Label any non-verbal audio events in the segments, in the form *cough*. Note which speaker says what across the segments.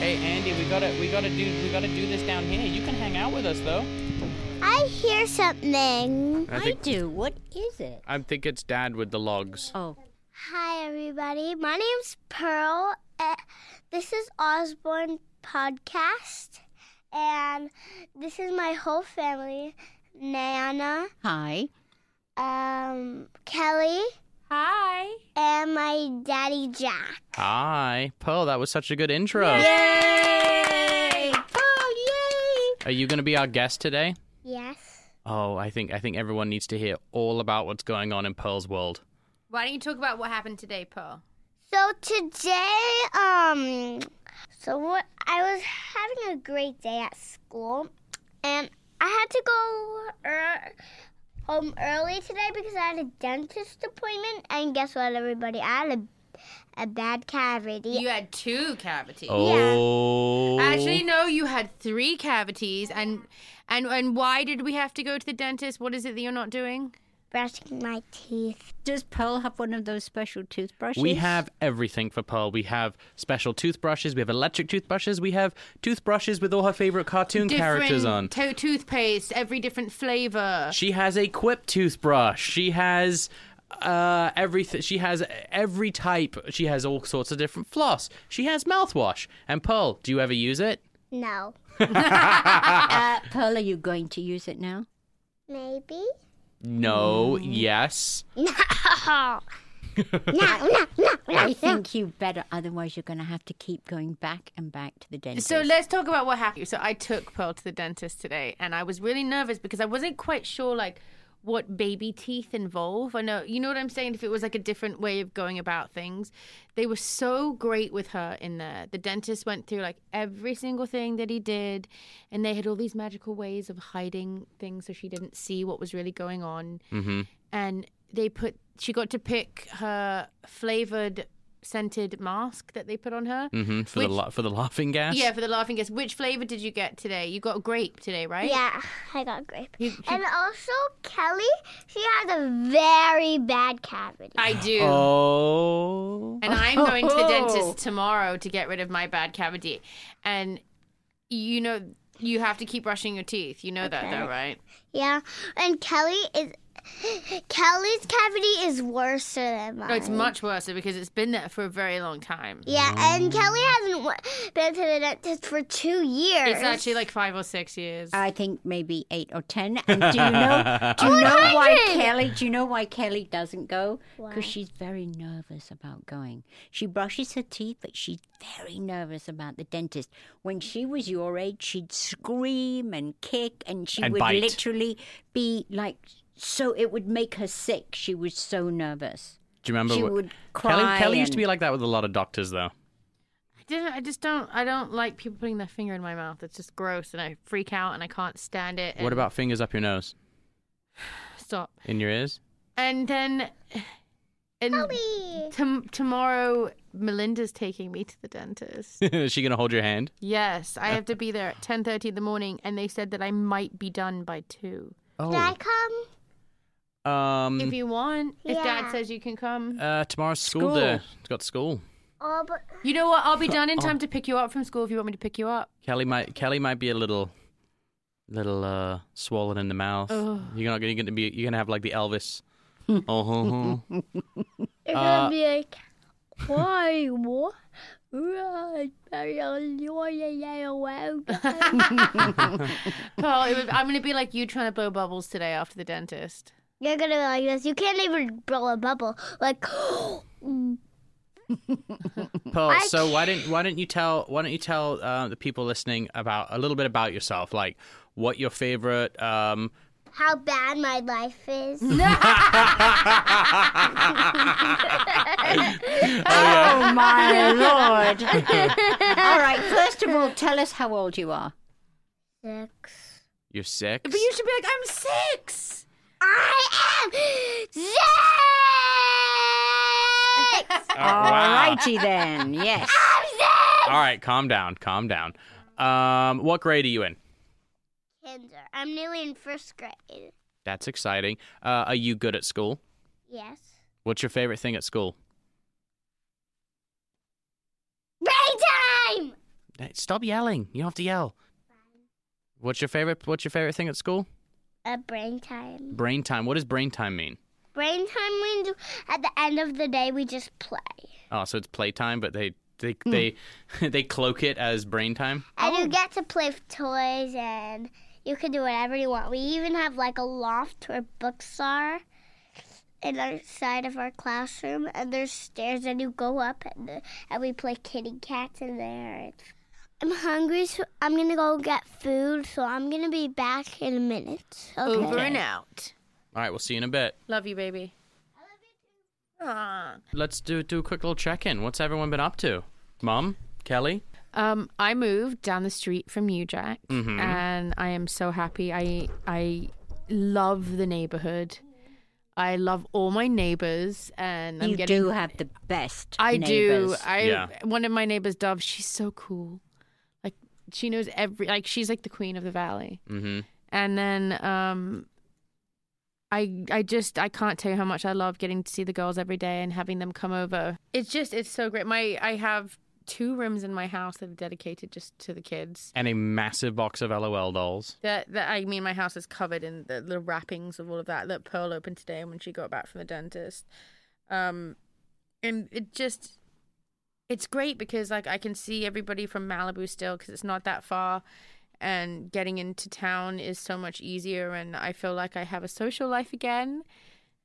Speaker 1: Hey, Andy, we gotta we gotta do we gotta do this down here. You can hang out with us though.
Speaker 2: I hear something.
Speaker 1: I
Speaker 3: I
Speaker 1: think
Speaker 3: do. What is it?
Speaker 1: I think it's Dad with the logs.
Speaker 3: Oh,
Speaker 2: Hi, everybody. My name's Pearl. Uh, this is Osborne Podcast, and this is my whole family: Nana,
Speaker 3: hi.
Speaker 2: um, Kelly,
Speaker 4: Hi.
Speaker 2: and my daddy Jack.
Speaker 1: Hi, Pearl. That was such a good intro.
Speaker 3: Yay!
Speaker 2: Oh,
Speaker 1: Are you gonna be our guest today?
Speaker 2: yay! Yes.
Speaker 1: Oh, I think I think everyone needs to hear all about what's going on in Pearl's world.
Speaker 4: Why don't you talk about what happened today, Pearl?
Speaker 2: So today, um, so what? I was having a great day at school, and I had to go er, home early today because I had a dentist appointment. And guess what, everybody? I had a, a bad cavity.
Speaker 4: You had two cavities.
Speaker 1: Oh.
Speaker 4: Actually, no, you had three cavities. And and and why did we have to go to the dentist? What is it that you're not doing?
Speaker 2: Brushing my teeth.
Speaker 3: Does Pearl have one of those special toothbrushes?
Speaker 1: We have everything for Pearl. We have special toothbrushes. We have electric toothbrushes. We have toothbrushes with all her favorite cartoon characters on.
Speaker 4: Different to- toothpaste, every different flavor.
Speaker 1: She has a quip toothbrush. She has uh everything she has every type she has all sorts of different floss she has mouthwash and pearl do you ever use it
Speaker 2: No.
Speaker 3: *laughs* Uh, Pearl, are you going to use it now?
Speaker 2: Maybe.
Speaker 1: no
Speaker 3: Mm.
Speaker 1: yes
Speaker 2: No. no. No. No.
Speaker 3: I think you better, otherwise, you're going to have to keep going back and back to the dentist.
Speaker 4: So let's talk about what happened. So I took Pearl to the dentist today, and I was really nervous because I wasn't quite sure like what baby teeth involve. I know you know what I'm saying. If it was like a different way of going about things, they were so great with her in there. The dentist went through like every single thing that he did, and they had all these magical ways of hiding things so she didn't see what was really going on. Mm-hmm. And they put she got to pick her flavored scented mask that they put on her.
Speaker 1: hmm for the
Speaker 4: Which-
Speaker 1: la- for the laughing gas
Speaker 4: yeah, for the laughing gas. Which flavor did you get today? You got grape today, right?
Speaker 2: Yeah, I got grape.
Speaker 4: You- you-
Speaker 2: And also Kelly, she has a very bad cavity.
Speaker 4: I do.
Speaker 1: oh
Speaker 4: And I'm going to
Speaker 1: *laughs*
Speaker 4: the dentist tomorrow to get rid of my bad cavity. And you know, you have to keep brushing your teeth. You know that, though, right?
Speaker 2: Yeah, and Kelly is Kelly's cavity is worse than mine.
Speaker 4: No, it's much worse because it's been there for a very long time.
Speaker 2: yeah, and Kelly hasn't w- been to the dentist for two years.
Speaker 4: It's actually like five or six years.
Speaker 3: I think maybe eight
Speaker 1: *laughs*
Speaker 3: or ten. And do you know? Do
Speaker 2: Oh,
Speaker 3: you know why Kelly? Do you know why Kelly doesn't go? Because she's very nervous about going. She brushes her teeth, but she's very nervous about the dentist. When she was your age, she'd scream and kick, and she
Speaker 1: And
Speaker 3: would
Speaker 1: bite.
Speaker 3: literally be like, so it would make her sick. She was so nervous.
Speaker 1: do you remember
Speaker 3: She
Speaker 1: what-
Speaker 3: would
Speaker 1: kelly,
Speaker 3: cry
Speaker 1: kelly used to
Speaker 3: and-
Speaker 1: be like that with a lot of doctors though
Speaker 4: I didn't. I just don't. I don't like people putting their finger in my mouth. It's just gross, and I freak out, and I can't stand it.
Speaker 1: what
Speaker 4: and-
Speaker 1: about fingers up your nose
Speaker 4: stop?
Speaker 1: in your ears *laughs*
Speaker 4: And then, *sighs* and Tom- tomorrow, Melinda's taking me to the
Speaker 2: *laughs*
Speaker 4: dentist.
Speaker 1: is she gonna hold your hand
Speaker 4: yes, I have to be there at ten thirty in the morning, and they said that I might be done by two.
Speaker 2: Did I come?
Speaker 1: Oh. um
Speaker 4: If you want, if
Speaker 2: Mm. Yeah.
Speaker 4: Dad says you can come,
Speaker 1: uh tomorrow's school,
Speaker 3: School.
Speaker 1: day it's got school
Speaker 2: Oh, but
Speaker 4: you know what? I'll be done in
Speaker 2: oh.
Speaker 4: time to pick you up from school if you want me to pick you
Speaker 2: *laughs*
Speaker 4: up.
Speaker 1: Kelly might Kelly might be a little little uh swollen in the mouth. You're not you're gonna be you're gonna have like the Elvis. oh,
Speaker 2: you're
Speaker 1: Uh,
Speaker 2: gonna be like, why what? Why
Speaker 4: Pearl, it would, I'm gonna be like you trying to blow bubbles today after the dentist.
Speaker 2: *laughs* You're gonna be like this. You can't even blow a bubble. Like, *gasps*
Speaker 1: Paul. So why didn't why don't you tell why don't you tell uh, the people listening about a little bit about yourself, like what your favorite um
Speaker 2: how bad my life
Speaker 4: *laughs*
Speaker 2: is.
Speaker 3: Oh *laughs* my lord! all right. First of all, tell us how old you are.
Speaker 2: Six.
Speaker 1: you're six.
Speaker 4: But you should be like, I'm six.
Speaker 2: I
Speaker 4: *laughs*
Speaker 2: am six.
Speaker 1: Oh,
Speaker 3: All
Speaker 1: wow.
Speaker 3: righty then. Yes.
Speaker 1: All right, calm down, calm down. Um, what grade are you in?
Speaker 2: Kinder. I'm nearly in first grade.
Speaker 1: That's exciting. Uh, are you good at school?
Speaker 2: Yes.
Speaker 1: What's your favorite thing at school?
Speaker 2: Brain time.
Speaker 1: Hey, Stop yelling. You don't have to yell. What's your favorite? What's your favorite thing at school?
Speaker 2: A brain time.
Speaker 1: Brain time. What does brain time mean?
Speaker 2: Brain time means at the end of the day we just play.
Speaker 1: Oh, so it's playtime, but they they *laughs* they they cloak it as brain time.
Speaker 2: And you get to play with toys and you can do whatever you want. We even have like a loft where books are in our side of our classroom and there's stairs and you go up and, uh, and we play kitty cats in there. I'm hungry, so I'm gonna go get food. So I'm gonna be back in a minute. Okay.
Speaker 4: Over and out.
Speaker 1: All right, we'll see you in a bit.
Speaker 4: Love you, baby. Aw.
Speaker 1: Let's do do a quick little check in. What's everyone been up to? Mom, Kelly.
Speaker 4: Um, I moved down the street from you, Jack, and I am so happy. I I love the neighborhood. I love all my neighbors, and I'm
Speaker 3: you
Speaker 4: getting.
Speaker 3: do have the best.
Speaker 4: I do.
Speaker 3: neighbors.
Speaker 4: I
Speaker 1: Yeah.
Speaker 4: one of my neighbors, Dove. She's so cool. Like she knows every. Like she's like the queen of the valley.
Speaker 1: Mm-hmm.
Speaker 4: And then um, I I just I can't tell you how much I love getting to see the girls every day and having them come over. It's just it's so great. My I have two rooms in my house that are dedicated just to the kids.
Speaker 1: And a massive box of LOL dolls.
Speaker 4: That, that I mean, my house is covered in the, the wrappings of all of that that Pearl opened today when she got back from the dentist. Um, and it just, it's great because like I can see everybody from Malibu still because it's not that far, and getting into town is so much easier. And I feel like I have a social life again,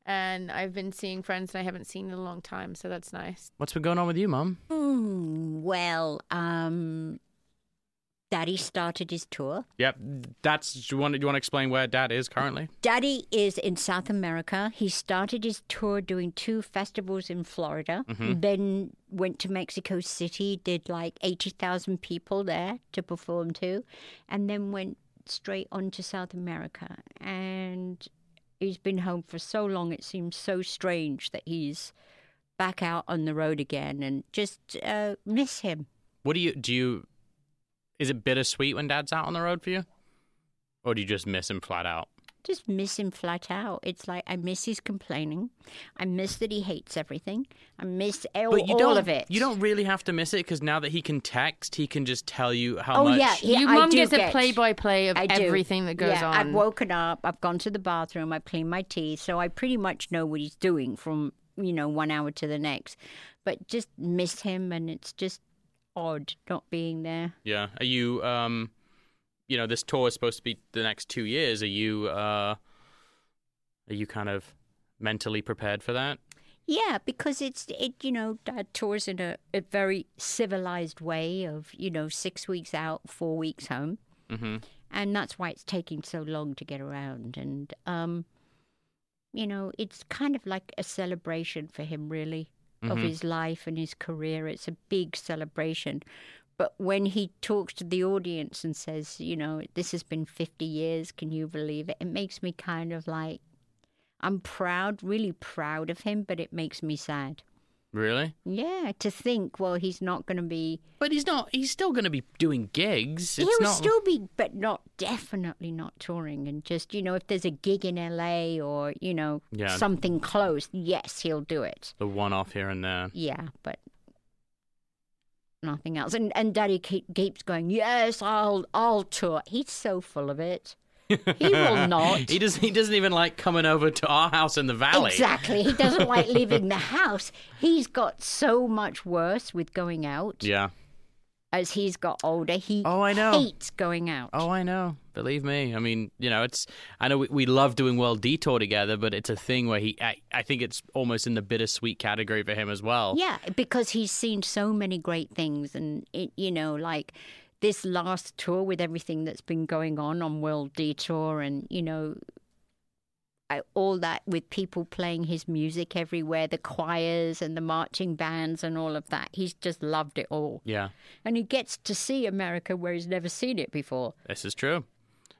Speaker 4: and I've been seeing friends that I haven't seen in a long time, so that's nice.
Speaker 1: What's been going on with you, Mom?
Speaker 3: Hmm, well, um, Daddy started his tour.
Speaker 1: Yep, that's. Do you want do you want to explain where Dad is currently?
Speaker 3: Daddy is in South America. He started his tour doing two festivals in Florida, then went to Mexico City, did like 80,000 people there to perform to, and then went straight on to South America. And he's been home for so long, it seems so strange that he's back out on the road again and just uh, miss him.
Speaker 1: What do you do? You is it bittersweet when Dad's out on the road for you, or do you just miss him flat out?
Speaker 3: just miss him flat out. It's like I miss his complaining. I miss that he hates everything. I miss all,
Speaker 1: But you
Speaker 3: all
Speaker 1: don't.
Speaker 3: of it.
Speaker 1: You don't really have to miss it because now that he can text, he can just tell you how
Speaker 3: Oh
Speaker 1: much.
Speaker 3: yeah, yeah
Speaker 4: Your
Speaker 3: I
Speaker 4: mom
Speaker 3: do
Speaker 4: gets
Speaker 3: get,
Speaker 4: a play by play of
Speaker 3: I do.
Speaker 4: everything that goes
Speaker 3: yeah,
Speaker 4: on.
Speaker 3: I've woken up. I've gone to the bathroom. I've cleaned my teeth, so I pretty much know what he's doing from you know one hour to the next. But just miss him, and it's just odd not being there.
Speaker 1: Yeah. Are you um you know, this tour is supposed to be the next 2 years. Are you uh are you kind of mentally prepared for that?
Speaker 3: Yeah, because it's it you know dad tours in a, a very civilized way of you know six weeks out, four weeks home,
Speaker 1: Mhm.
Speaker 3: and that's why it's taking so long to get around. And um, you know, it's kind of like a celebration for him, really, of his life and his career. It's a big celebration. But when he talks to the audience and says, you know, this has been 50 years, can you believe it? It makes me kind of like, I'm proud, really proud of him, but it makes me sad.
Speaker 1: Really?
Speaker 3: Yeah, to think, well, he's not going to be.
Speaker 1: But he's not he's still going to be doing gigs.
Speaker 3: He'll
Speaker 1: It's not
Speaker 3: still be, but not definitely not touring. And just, you know, if there's a gig in LA or, you know,
Speaker 1: Yeah.
Speaker 3: something close, yes, he'll do it.
Speaker 1: the one off here and there.
Speaker 3: Yeah, but nothing else. And and Daddy keep, keeps going, yes, I'll I'll tour. He's so full of it. He
Speaker 1: *laughs*
Speaker 3: will not.
Speaker 1: He doesn't he doesn't even like coming over to our house in the valley.
Speaker 3: Exactly.
Speaker 1: *laughs*
Speaker 3: He doesn't like leaving the house. He's got so much worse with going out.
Speaker 1: Yeah.
Speaker 3: As he's got older, he
Speaker 1: Oh, I know.
Speaker 3: hates going out.
Speaker 1: Oh, I know. Believe me. I mean, you know, it's. I know we, we love doing World Detour together, but it's a thing where he. I, I think it's almost in the bittersweet category for him as well.
Speaker 3: Yeah, because he's seen so many great things, and it, you know, like this last tour with everything that's been going on on World Detour, and you know, I, all that with people playing his music everywhere, the choirs and the marching bands and all of that. He's just loved it all,
Speaker 1: Yeah.
Speaker 3: and he gets to see America where he's never seen it before.
Speaker 1: This is true.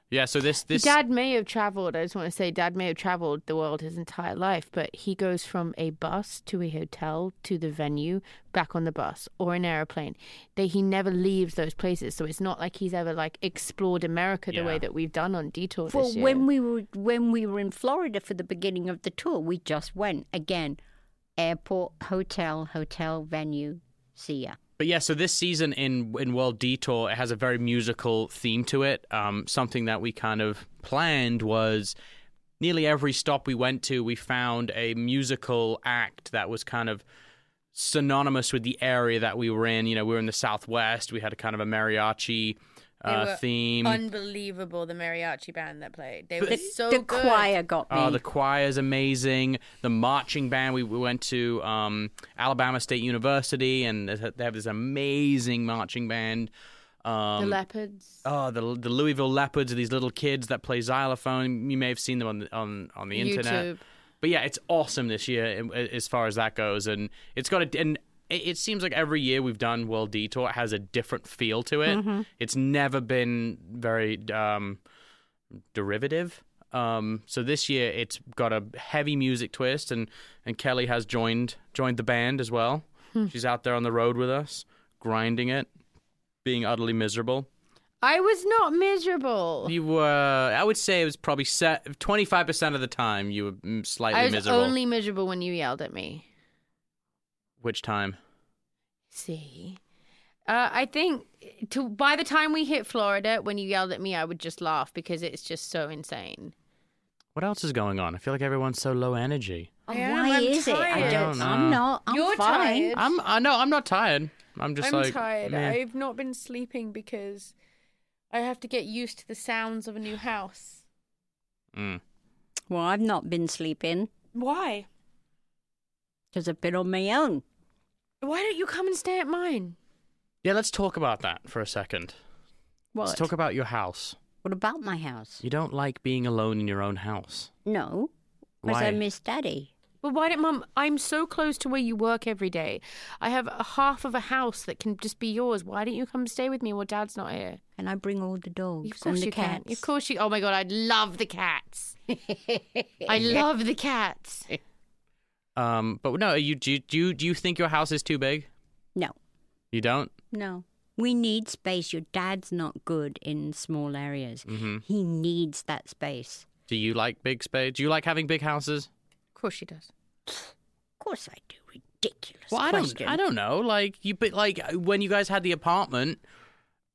Speaker 1: Yeah, so this this
Speaker 4: Dad may have traveled. I just want to say, Dad may have traveled the world his entire life, but he goes from a bus to a hotel to the venue, back on the bus or an airplane. That he never leaves those places, so it's not like he's ever like explored America the
Speaker 1: Yeah.
Speaker 4: way that we've done on detour
Speaker 3: Well,
Speaker 4: this year.
Speaker 3: when we were when we were in Florida for the beginning of the tour, we just went again, airport, hotel, hotel, venue, see ya.
Speaker 1: But yeah, so this season in in World Detour, it has a very musical theme to it. Um, something that we kind of planned was nearly every stop we went to, we found a musical act that was kind of synonymous with the area that we were in. You know, we were in the Southwest. We had a kind of a mariachi
Speaker 4: They were
Speaker 1: uh, theme.
Speaker 4: Unbelievable, the mariachi band that played. They were so
Speaker 3: the
Speaker 4: good.
Speaker 3: choir got me.
Speaker 1: Oh, the choir's amazing. The marching band. We, we went to um, Alabama State University, and there's- they have this amazing marching band.
Speaker 4: The
Speaker 1: Um,
Speaker 4: leopards.
Speaker 1: oh, the the Louisville Leopards are these little kids that play xylophone. You may have seen them on the, on on the internet.
Speaker 4: YouTube.
Speaker 1: But yeah, it's awesome this year in- as far as that goes, and it's got a and. It it seems like every year we've done World Detour, it has a different feel to it. It's never been very um, derivative. Um, so this year it's got a heavy music twist, and, and Kelly has joined joined the band as well. She's out there on the road with us, grinding it, being utterly miserable.
Speaker 4: I was not miserable.
Speaker 1: You were, I would say, it was probably twenty five percent of the time you were mm, slightly
Speaker 4: I was
Speaker 1: miserable.
Speaker 4: only miserable when you yelled at me.
Speaker 1: Which time?
Speaker 4: See, uh, I think to by the time we hit Florida, when you yelled at me, I would just laugh because it's just so insane.
Speaker 1: What else is going on? I feel like everyone's so low energy.
Speaker 3: Oh,
Speaker 4: I am,
Speaker 3: why
Speaker 4: I'm
Speaker 3: is it?
Speaker 4: tired.
Speaker 3: I
Speaker 1: I
Speaker 3: don't.
Speaker 1: don't know.
Speaker 3: I'm not. I'm
Speaker 4: You're
Speaker 3: fine.
Speaker 4: tired.
Speaker 1: I'm, I know, I'm not tired. I'm just like meh.
Speaker 4: I've not been sleeping because I have to get used to the sounds of a new house.
Speaker 1: Mm.
Speaker 3: Well, I've not been sleeping
Speaker 4: Why?
Speaker 3: because I've been on my own.
Speaker 4: Why don't you come and stay at mine?
Speaker 1: Yeah, let's talk about that for a second.
Speaker 3: What?
Speaker 1: Let's talk about your house.
Speaker 3: what about my house?
Speaker 1: You don't like being alone in your own house.
Speaker 3: No, because I
Speaker 1: Why?
Speaker 3: miss Daddy.
Speaker 4: But why don't mum? I'm so close to where you work every day. I have a half of a house that can just be yours. Why don't you come stay with me while dad's not here?
Speaker 3: And I bring all the dogs
Speaker 4: Of course
Speaker 3: and the
Speaker 4: you
Speaker 3: cats.
Speaker 4: can.
Speaker 3: *laughs*
Speaker 4: Of course you. Oh my god, I love the cats. I love the cats.
Speaker 1: Um, but no, you do. you- Do you do you think your house is too big?
Speaker 3: No,
Speaker 1: You don't.
Speaker 3: no. We need space. Your dad's not good in small areas.
Speaker 1: Mm-hmm.
Speaker 3: He needs that space.
Speaker 1: Do you like big space? Do you like having big houses?
Speaker 4: Of course she does.
Speaker 3: Of course I do. Ridiculous
Speaker 1: Well, I don't.
Speaker 3: question.
Speaker 1: I don't know. Like you, but like uh, when you guys had the apartment,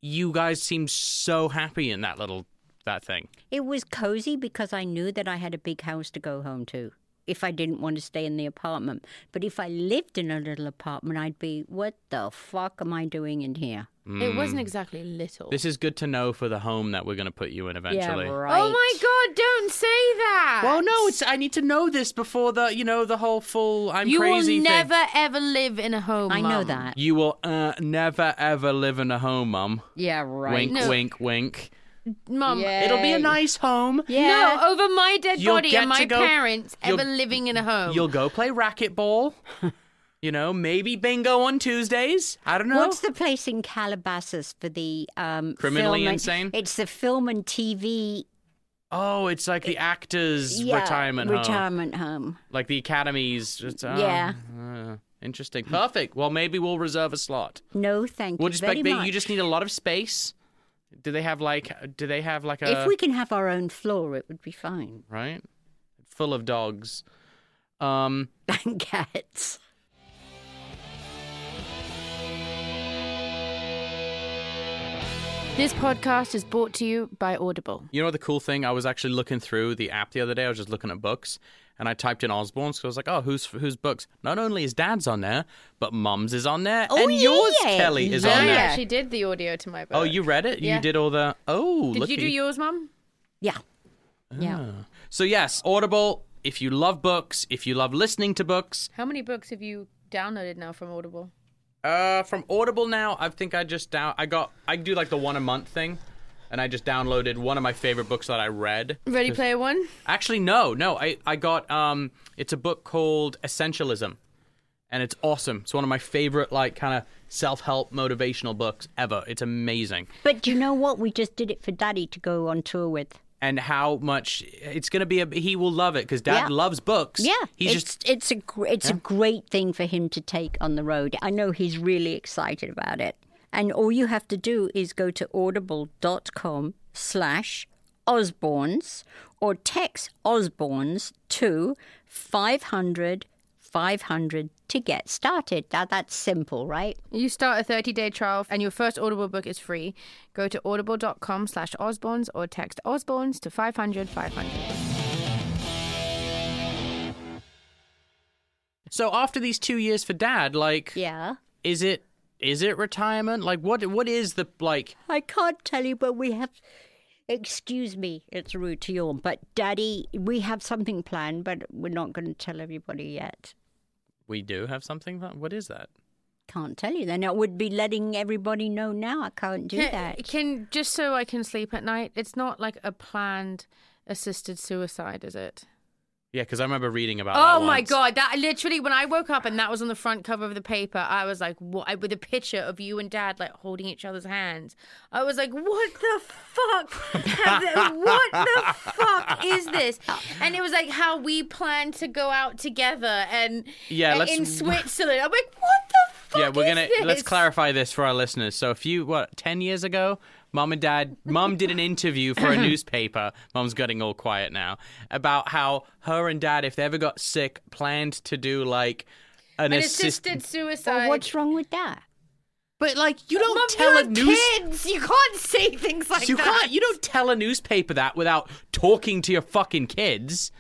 Speaker 1: you guys seemed so happy in that little that thing.
Speaker 3: It was cozy because I knew that I had a big house to go home to if I didn't want to stay in the apartment. But if I lived in a little apartment, I'd be, what the fuck am I doing in here?
Speaker 4: It wasn't exactly little.
Speaker 1: Hmm. This is good to know for the home that we're going to put you in eventually.
Speaker 3: Yeah, right.
Speaker 4: oh my god, don't say that.
Speaker 1: Well, no, it's. I need to know this before the you know the whole full. I'm
Speaker 4: you
Speaker 1: crazy. thing.
Speaker 4: will never ever live in a home.
Speaker 3: I know
Speaker 4: Mum.
Speaker 3: that.
Speaker 1: You will uh, never ever live in a home, mum.
Speaker 3: Yeah, right.
Speaker 1: Wink,
Speaker 4: No.
Speaker 1: wink, wink.
Speaker 4: Mum.
Speaker 3: Yeah.
Speaker 1: It'll be a
Speaker 3: Hey.
Speaker 1: nice home.
Speaker 3: Yeah.
Speaker 4: No, over my dead
Speaker 1: You'll
Speaker 4: body
Speaker 1: get
Speaker 4: and my
Speaker 1: to go-
Speaker 4: parents
Speaker 1: you'll-
Speaker 4: ever living in a home.
Speaker 1: You'll go play racquetball. you know, maybe bingo on Tuesdays. I don't know.
Speaker 3: What's the place in Calabasas for the um,
Speaker 1: Criminally
Speaker 3: film and-
Speaker 1: insane?
Speaker 3: It's the film and TV
Speaker 1: oh, it's like the actors'
Speaker 3: yeah,
Speaker 1: retirement home,
Speaker 3: retirement home.
Speaker 1: like the academies. It's, uh,
Speaker 3: Yeah.
Speaker 1: uh, interesting. Perfect. Well, maybe we'll reserve a slot.
Speaker 3: No, thank
Speaker 1: We'll
Speaker 3: you
Speaker 1: just
Speaker 3: very
Speaker 1: like,
Speaker 3: much.
Speaker 1: you just need a lot of space. Do they have like? Do they have like a?
Speaker 3: if we can have our own floor, it would be fine. *laughs*
Speaker 1: right, full of dogs. Um.
Speaker 3: And cats.
Speaker 4: This podcast is brought to you by Audible.
Speaker 1: You know the cool thing? I was actually looking through the app the other day. I was just looking at books, and I typed in Osborne's because I was like, "Oh, who's whose books?" Not only is Dad's on there, but Mum's is on there,
Speaker 3: Oh,
Speaker 1: and yours,
Speaker 3: yeah.
Speaker 1: Kelly, is on
Speaker 4: I
Speaker 3: Yeah.
Speaker 1: there.
Speaker 4: actually did the audio to my book.
Speaker 1: Oh, you read it?
Speaker 4: Yeah.
Speaker 1: You did all the. Oh,
Speaker 4: did
Speaker 1: look
Speaker 4: you
Speaker 1: at
Speaker 4: do yours, Mum?
Speaker 3: Yeah.
Speaker 1: Ah.
Speaker 3: Yeah.
Speaker 1: So yes, Audible. If you love books, if you love listening to books,
Speaker 4: How many books have you downloaded now from Audible?
Speaker 1: uh, from Audible now, I think I just down. I got. I do like the one a month thing, and I just downloaded one of my favorite books that I read.
Speaker 4: Ready Player One.
Speaker 1: Actually, no, no. I, I got um, it's a book called Essentialism, and it's awesome. It's one of my favorite like kind of self help motivational books ever. It's amazing,
Speaker 3: But do you know what? We just did it for Daddy to go on tour with.
Speaker 1: and how much it's gonna be. A, he will love it because Dad
Speaker 3: Yeah.
Speaker 1: loves books.
Speaker 3: Yeah,
Speaker 1: he's
Speaker 3: it's
Speaker 1: just
Speaker 3: it's a gr- it's a great thing for him to take on the road. I know he's really excited about it. And all you have to do is go to audible.com slash Osborns or text Osborns to 500 500 to get started. Now that's simple, right?
Speaker 4: You start a 30-day trial and your first Audible book is free. Go to audible.com slash Osborns or text Osborns to 500 500.
Speaker 1: So after these two years for dad, like,
Speaker 3: Yeah.
Speaker 1: is it is it retirement? Like, what what is the like?
Speaker 3: I can't tell you, but we have. Excuse me, it's rude to yawn, but Daddy, we have something planned, but we're not going to tell everybody yet.
Speaker 1: We do have something. That, what is that?
Speaker 3: Can't tell you. Then I would be letting everybody know now. I can't do
Speaker 4: Can,
Speaker 3: that.
Speaker 4: can just so I can sleep at night. It's not like a planned assisted suicide, is it?
Speaker 1: Yeah, because I remember reading about.
Speaker 4: Oh
Speaker 1: that
Speaker 4: my
Speaker 1: once.
Speaker 4: god! That literally, when I woke up and that was on the front cover of the paper, I was like, "What?" I- With a picture of you and Dad like holding each other's hands, I was like, "What the fuck? have
Speaker 1: *laughs*
Speaker 4: the- what the fuck is this?" And it was like how we planned to go out together and
Speaker 1: Yeah,
Speaker 4: and
Speaker 1: let's-
Speaker 4: in Switzerland. I'm like, "What the
Speaker 1: *laughs*
Speaker 4: fuck?"
Speaker 1: Yeah, we're
Speaker 4: is
Speaker 1: gonna let's
Speaker 4: this?"
Speaker 1: clarify this for our listeners. So, a few what ten years ago, mom and dad, mom did an interview *coughs* for a newspaper. Mom's getting all quiet now about how her and dad, if they ever got sick, planned to do like an,
Speaker 4: An
Speaker 1: assist-
Speaker 4: assisted suicide.
Speaker 3: Well, what's wrong with that?
Speaker 1: But like, you don't
Speaker 4: Mum,
Speaker 1: tell
Speaker 4: you
Speaker 1: a
Speaker 4: have
Speaker 1: news.
Speaker 4: kids. You can't say things like
Speaker 1: you
Speaker 4: that.
Speaker 1: can't. You don't tell a newspaper that without talking to your fucking kids.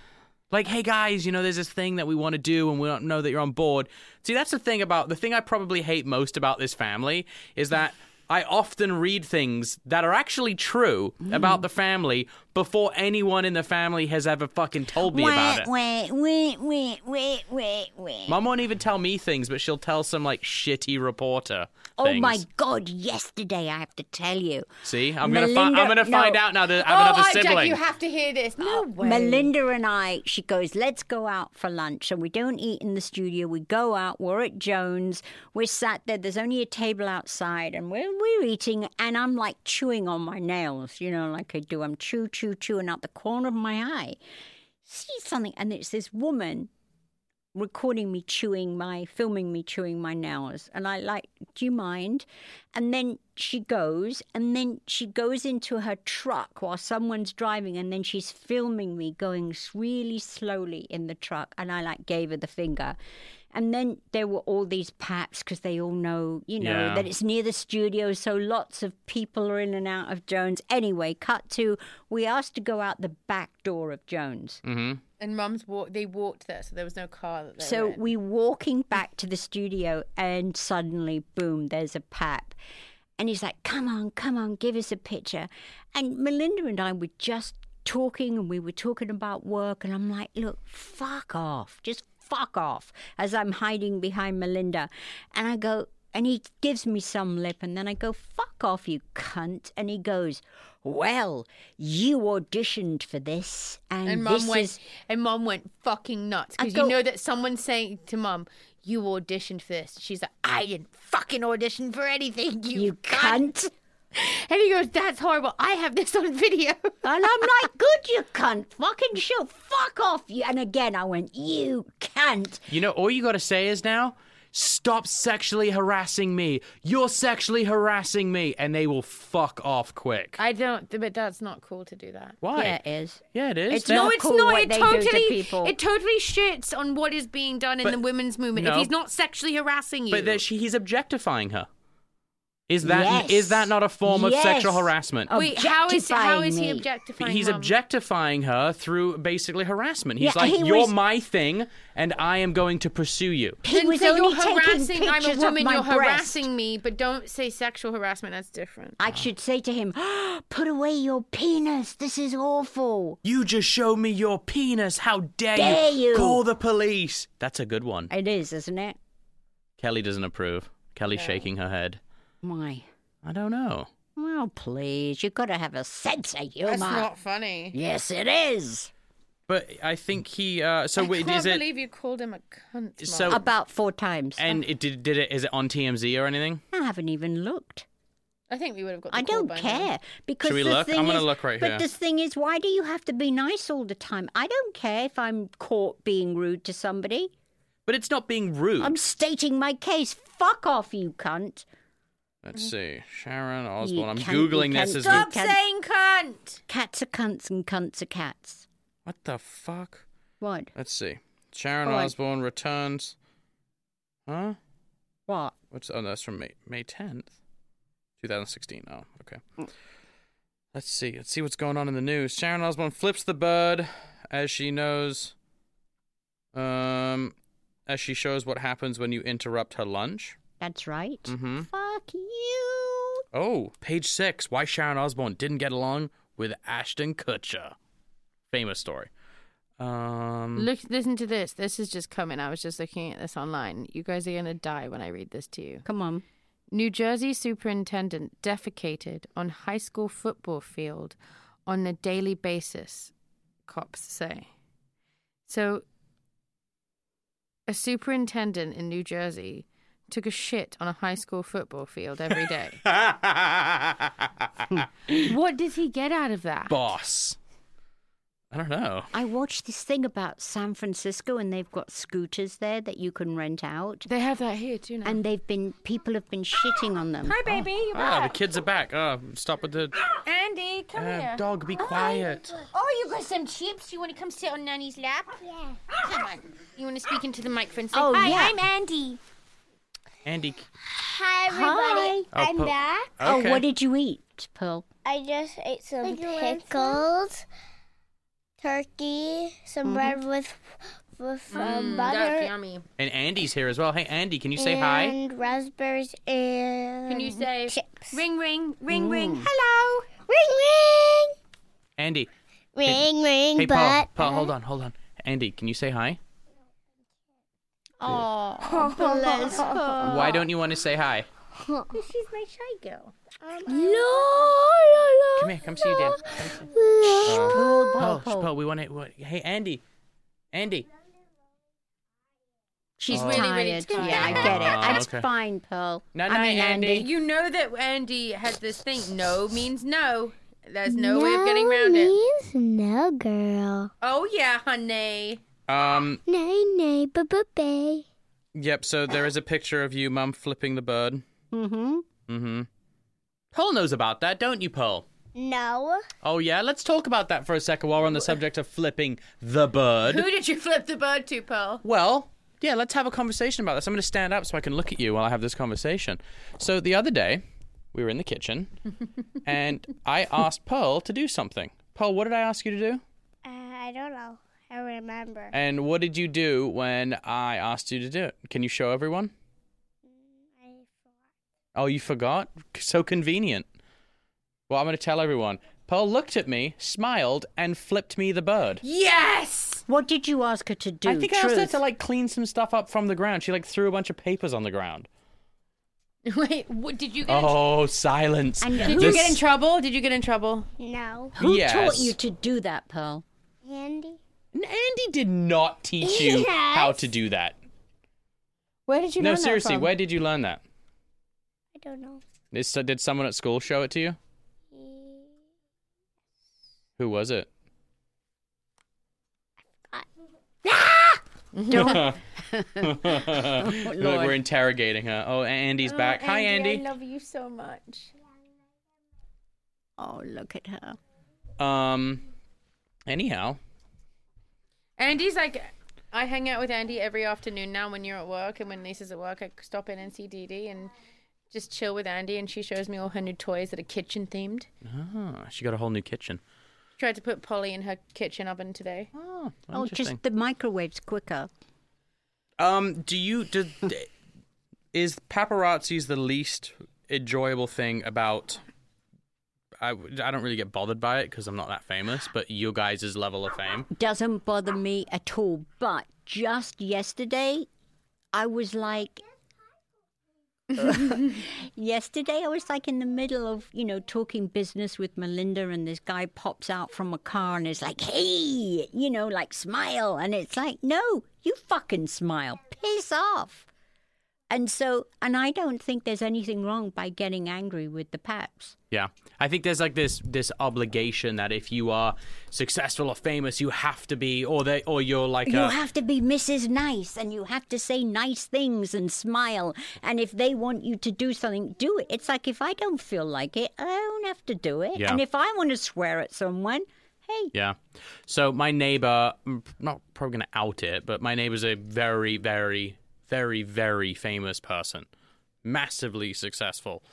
Speaker 1: Like, hey guys, you know, there's this thing that we want to do, and we don't know that you're on board. See, that's the thing about the thing I probably hate most about this family is that I often read things that are actually true
Speaker 3: Mm.
Speaker 1: about the family before anyone in the family has ever fucking told me about it.
Speaker 3: Wait, wait, wait, wait, wait, wait.
Speaker 1: Mom won't even tell me things, but she'll tell some like shitty reporter.
Speaker 3: Oh
Speaker 1: things.
Speaker 3: my God! Yesterday, I have to tell you.
Speaker 1: See, I'm gonna find.
Speaker 3: Melinda-
Speaker 1: I'm gonna
Speaker 3: no.
Speaker 1: find out now that I
Speaker 4: Oh,
Speaker 1: have another
Speaker 4: I- Jack,
Speaker 1: sibling.
Speaker 4: you have to hear
Speaker 3: *gasps*
Speaker 4: this. No way.
Speaker 3: Melinda and I, she goes, let's go out for lunch. And we don't eat in the studio. We go out. We're at Jones. We're sat there. There's only a table outside and we're, we're eating. And I'm like chewing on my nails, you know, like I do. I'm chew, chew, chew. And out the corner of my eye, see something. And it's this woman recording me chewing my filming me chewing my nails and i like do you mind and then she goes and then she goes into her truck while someone's driving and then she's filming me going s- really slowly in the truck and i like gave her the finger and then there were all these paps because they all know you know
Speaker 1: Yeah.
Speaker 3: that it's near the studio so lots of people are in and out of jones anyway cut to we asked to go out the back door of jones
Speaker 4: And mum's walk. They walked there, so there was no car. That they
Speaker 3: So
Speaker 4: were in.
Speaker 3: we walking back to the studio, and suddenly, boom! There's a pap, and he's like, "Come on, come on, give us a picture." And Melinda and I were just talking, and we were talking about work, and I'm like, "Look, fuck off, just fuck off," as I'm hiding behind Melinda, and I go. And he gives me some lip, and then I go, fuck off, you cunt. And he goes, well, you auditioned for this, and,
Speaker 4: and
Speaker 3: this
Speaker 4: mum went.
Speaker 3: is
Speaker 4: And mum went fucking nuts because
Speaker 3: go-
Speaker 4: you know that someone's saying to mum, "You auditioned for this." She's like, "I didn't fucking audition for anything, you,
Speaker 3: you cunt.
Speaker 4: And he goes, "That's horrible. I have this on video."
Speaker 3: And I'm like, good, you cunt. Fucking shoot. Fuck off. You. And again, I went, you cunt.
Speaker 1: You know, all you gotta say is now, stop sexually harassing me. You're sexually harassing me, and they will fuck off quick.
Speaker 4: I don't. But that's not cool to do that.
Speaker 1: Why?
Speaker 3: Yeah, it is.
Speaker 1: Yeah, it is.
Speaker 3: It's
Speaker 1: They-
Speaker 3: not
Speaker 4: No, it's
Speaker 3: cool
Speaker 4: not.
Speaker 3: what
Speaker 4: It
Speaker 3: they do to
Speaker 4: totally,
Speaker 3: people.
Speaker 4: it totally shits on what is being done in
Speaker 1: But-
Speaker 4: the women's movement.
Speaker 1: no.
Speaker 4: If he's not sexually harassing you,
Speaker 1: but that she, he's objectifying her. Is that is
Speaker 3: Yes.
Speaker 1: that not a form of
Speaker 3: Yes.
Speaker 1: sexual harassment?
Speaker 3: Oh,
Speaker 4: wait, how is how is
Speaker 3: objectifying me.
Speaker 4: he objectifying?
Speaker 1: he's
Speaker 4: mum?
Speaker 1: objectifying her through basically harassment. He's
Speaker 3: Yeah,
Speaker 1: like,
Speaker 3: he
Speaker 1: "You're
Speaker 3: was-
Speaker 1: my thing, and I am going to pursue you."
Speaker 3: He
Speaker 4: Then
Speaker 3: was
Speaker 4: say
Speaker 3: only
Speaker 4: you're
Speaker 3: taking
Speaker 4: harassing. I'm a
Speaker 3: pictures of
Speaker 4: woman.
Speaker 3: my
Speaker 4: You're
Speaker 3: breast.
Speaker 4: harassing me, but don't say sexual harassment. That's different.
Speaker 3: I should say to him, *gasps* put away your penis. This is awful.
Speaker 1: You just showed me your penis. How dare,
Speaker 3: Dare you.
Speaker 1: Call the police. That's a good one.
Speaker 3: It is, isn't it?
Speaker 1: Kelly doesn't approve. Kelly's shaking her head.
Speaker 3: My.
Speaker 1: I don't know.
Speaker 3: Well, please. You've got to have a sense of humor.
Speaker 4: funny.
Speaker 3: Yes, it is.
Speaker 1: But I think he. Uh, so
Speaker 4: I
Speaker 1: wait,
Speaker 4: can't
Speaker 1: is it?
Speaker 4: believe you called him a cunt. Mum.
Speaker 1: So-
Speaker 3: About four times.
Speaker 1: and it did. Did it? Is it on TMZ or anything?
Speaker 3: I haven't even looked.
Speaker 4: I think we would have got. The
Speaker 3: I
Speaker 4: call
Speaker 3: don't
Speaker 4: by now.
Speaker 3: care because
Speaker 1: Should we
Speaker 3: the
Speaker 1: look?
Speaker 3: Thing
Speaker 1: I'm gonna
Speaker 3: is-
Speaker 1: look right
Speaker 3: but
Speaker 1: here.
Speaker 3: the thing is, why do you have to be nice all the time? I don't care if I'm caught being rude to somebody.
Speaker 1: But it's not being rude.
Speaker 3: I'm stating my case. Fuck off, you cunt.
Speaker 1: Let's see, Sharon
Speaker 3: You
Speaker 1: Osborne. I'm
Speaker 3: cunt, you
Speaker 1: googling this
Speaker 3: cunt.
Speaker 1: as
Speaker 4: Stop
Speaker 1: we.
Speaker 3: You cunt.
Speaker 4: saying cunt.
Speaker 3: Cats are cunts and cunts are cats.
Speaker 1: What the fuck?
Speaker 3: What?
Speaker 1: Let's see. Sharon
Speaker 3: Oh, I-
Speaker 1: Osborne returns. Huh?
Speaker 3: What?
Speaker 1: What's oh no, that's from May May tenth, two thousand sixteen. Oh, okay. Let's see. Let's see what's going on in the news. Sharon Osbourne flips the bird as she knows um as she shows what happens when you interrupt her lunch.
Speaker 3: That's right.
Speaker 1: Mm-hmm.
Speaker 3: Fuck you.
Speaker 1: Oh, page six. Why Sharon Osbourne didn't get along with Ashton Kutcher. Famous story. Um
Speaker 4: Look, listen to this. This is just coming. I was just looking at this online. You guys are gonna die when I read this to you.
Speaker 3: Come on.
Speaker 4: New Jersey superintendent defecated on high school football field on a daily basis, cops say. So, a superintendent in New Jersey took a shit on a high school football field every day. *laughs* what did he get out of
Speaker 1: *laughs*
Speaker 4: that?
Speaker 1: boss. I don't know.
Speaker 3: I watched this thing about San Francisco, and they've got scooters there that you can rent out,
Speaker 4: They have that here too now.
Speaker 3: and they've been people have been shitting on them.
Speaker 4: Hi, baby. You're
Speaker 1: Ah, the
Speaker 4: back.
Speaker 1: kids are back. Oh, stop with the
Speaker 4: Andy, come
Speaker 1: uh,
Speaker 4: here.
Speaker 1: dog. Be quiet.
Speaker 5: Oh, you got some chips? You want to come sit on Nanny's lap?
Speaker 2: Yeah.
Speaker 5: Come
Speaker 4: Ah.
Speaker 5: on. You want to speak into the microphone? Say,
Speaker 3: Oh,
Speaker 5: Hi,
Speaker 3: yeah.
Speaker 5: I'm Andy.
Speaker 1: Andy.
Speaker 2: Hi, everybody.
Speaker 1: Hi. Oh,
Speaker 2: I'm
Speaker 1: po-
Speaker 2: back.
Speaker 3: Oh, what did you eat, Pearl?
Speaker 2: I just ate some pickles, turkey, some
Speaker 5: Mm-hmm.
Speaker 2: bread with
Speaker 5: Mm,
Speaker 2: with um,
Speaker 5: That's
Speaker 2: butter
Speaker 5: yummy.
Speaker 1: And Andy's here as well. Hey, Andy, can you say hi?
Speaker 2: and raspberries and
Speaker 5: Can you say
Speaker 2: chips.
Speaker 5: ring, ring, ring,
Speaker 1: Hmm.
Speaker 5: ring?
Speaker 2: Hello. Ring
Speaker 1: Andy.
Speaker 2: ring. Ring ring.
Speaker 1: Hey, Paul.
Speaker 2: but
Speaker 1: Paul, hold on, hold on. Andy, can you say hi?
Speaker 4: Oh,
Speaker 2: bless her.
Speaker 3: Uh,
Speaker 1: Why don't you want to say hi?
Speaker 5: *laughs* She's my shy girl.
Speaker 2: Um,
Speaker 1: Come here. Come see Uh, your dad. Come see-
Speaker 3: Pearl, Pearl,
Speaker 1: Paul,
Speaker 3: Pearl.
Speaker 1: Paul, we want to. What, hey, Andy. Andy.
Speaker 3: She's
Speaker 1: Oh.
Speaker 3: really,
Speaker 4: Tired,
Speaker 3: really tired.
Speaker 4: tired.
Speaker 3: Yeah, I get it.
Speaker 1: Oh,
Speaker 3: That's
Speaker 1: okay.
Speaker 3: fine, Pearl.
Speaker 1: No,
Speaker 3: I
Speaker 1: no,
Speaker 3: mean,
Speaker 1: Andy.
Speaker 4: You know that Andy has this thing. No means no. There's no, way of getting around it.
Speaker 2: means no girl.
Speaker 4: Oh yeah, honey.
Speaker 1: Um.
Speaker 2: No no ba ba bay.
Speaker 1: Yep. So there is a picture of you, Mum, flipping the bird.
Speaker 3: Mm-hmm.
Speaker 1: Mm-hmm. Paul knows about that, don't you, Paul?
Speaker 2: No.
Speaker 1: Oh yeah. Let's talk about that for a second while we're on the subject of flipping the bird.
Speaker 4: Who did you flip the bird to, Pearl?
Speaker 1: Well, yeah, let's have a conversation about this. I'm going to stand up so I can look at you while I have this conversation. So the other day, we were in the kitchen, and I asked Pearl to do something. Pearl, what did I ask you to do?
Speaker 2: Uh, I don't know. I remember.
Speaker 1: And what did you do when I asked you to do it? Can you show everyone?
Speaker 2: I
Speaker 1: Oh, you forgot? So convenient. Well, I'm going to tell everyone. Pearl looked at me, smiled, and flipped me the bird.
Speaker 4: Yes. *laughs*
Speaker 3: What did you ask her to do?
Speaker 1: I think I
Speaker 3: Truth.
Speaker 1: asked her to like clean some stuff up from the ground. She like threw a bunch of papers on the ground.
Speaker 4: Wait, what, did you get?
Speaker 1: Oh, silence.
Speaker 3: And
Speaker 4: in,
Speaker 3: who,
Speaker 4: did you get in trouble? Did you get in trouble?
Speaker 2: No.
Speaker 3: who taught
Speaker 1: Yes.
Speaker 3: you to do that, Pearl?
Speaker 2: Andy.
Speaker 1: N- Andy did not teach you how
Speaker 2: Yes.
Speaker 1: to do that.
Speaker 4: Where did you
Speaker 1: no,
Speaker 4: learn that
Speaker 1: seriously,
Speaker 4: from?
Speaker 1: where did you learn that?
Speaker 2: I don't know.
Speaker 1: Is, did someone at school show it to you? Who was it?
Speaker 4: ah!
Speaker 1: *laughs*
Speaker 3: Don't-
Speaker 1: Like, we're interrogating her. Oh, Andy's back. Hi, Andy.
Speaker 4: I love you so much.
Speaker 3: oh, look at her.
Speaker 1: Um, anyhow,
Speaker 4: Andy's like, I hang out with Andy every afternoon now when you're at work and when Lisa's at work. I stop in and see Dee Dee and just chill with Andy, and she shows me all her new toys that are kitchen themed.
Speaker 1: oh, she got a whole new kitchen.
Speaker 4: Tried to put Polly in her kitchen oven today.
Speaker 1: Oh,
Speaker 3: Oh,
Speaker 1: interesting.
Speaker 3: just the microwave's quicker.
Speaker 1: Um, do you do? d- is paparazzi's the least enjoyable thing about? I, w- I don't really get bothered by it because I'm not that famous, but you guys' level of fame.
Speaker 3: doesn't bother me at all. But just yesterday, I was like, *laughs* yesterday I was like in the middle of you know talking business with Melinda, and this guy pops out from a car and is like, "Hey," you know, like smile, and it's like, "No, you fucking smile, piss off." And so, and I don't think there's anything wrong by getting angry with the paps.
Speaker 1: Yeah. I think there's like this this obligation that if you are successful or famous, you have to be, or they, or you're like
Speaker 3: You
Speaker 1: a.
Speaker 3: have to be Mrs. Nice and you have to say nice things and smile. And if they want you to do something, do it. It's like if I don't feel like it, I don't have to do it.
Speaker 1: Yeah.
Speaker 3: And if I want to swear at someone, hey,
Speaker 1: yeah. mm, So my neighbor, I'm not probably going to out it, but my neighbor's a very, very very, very famous person, massively successful.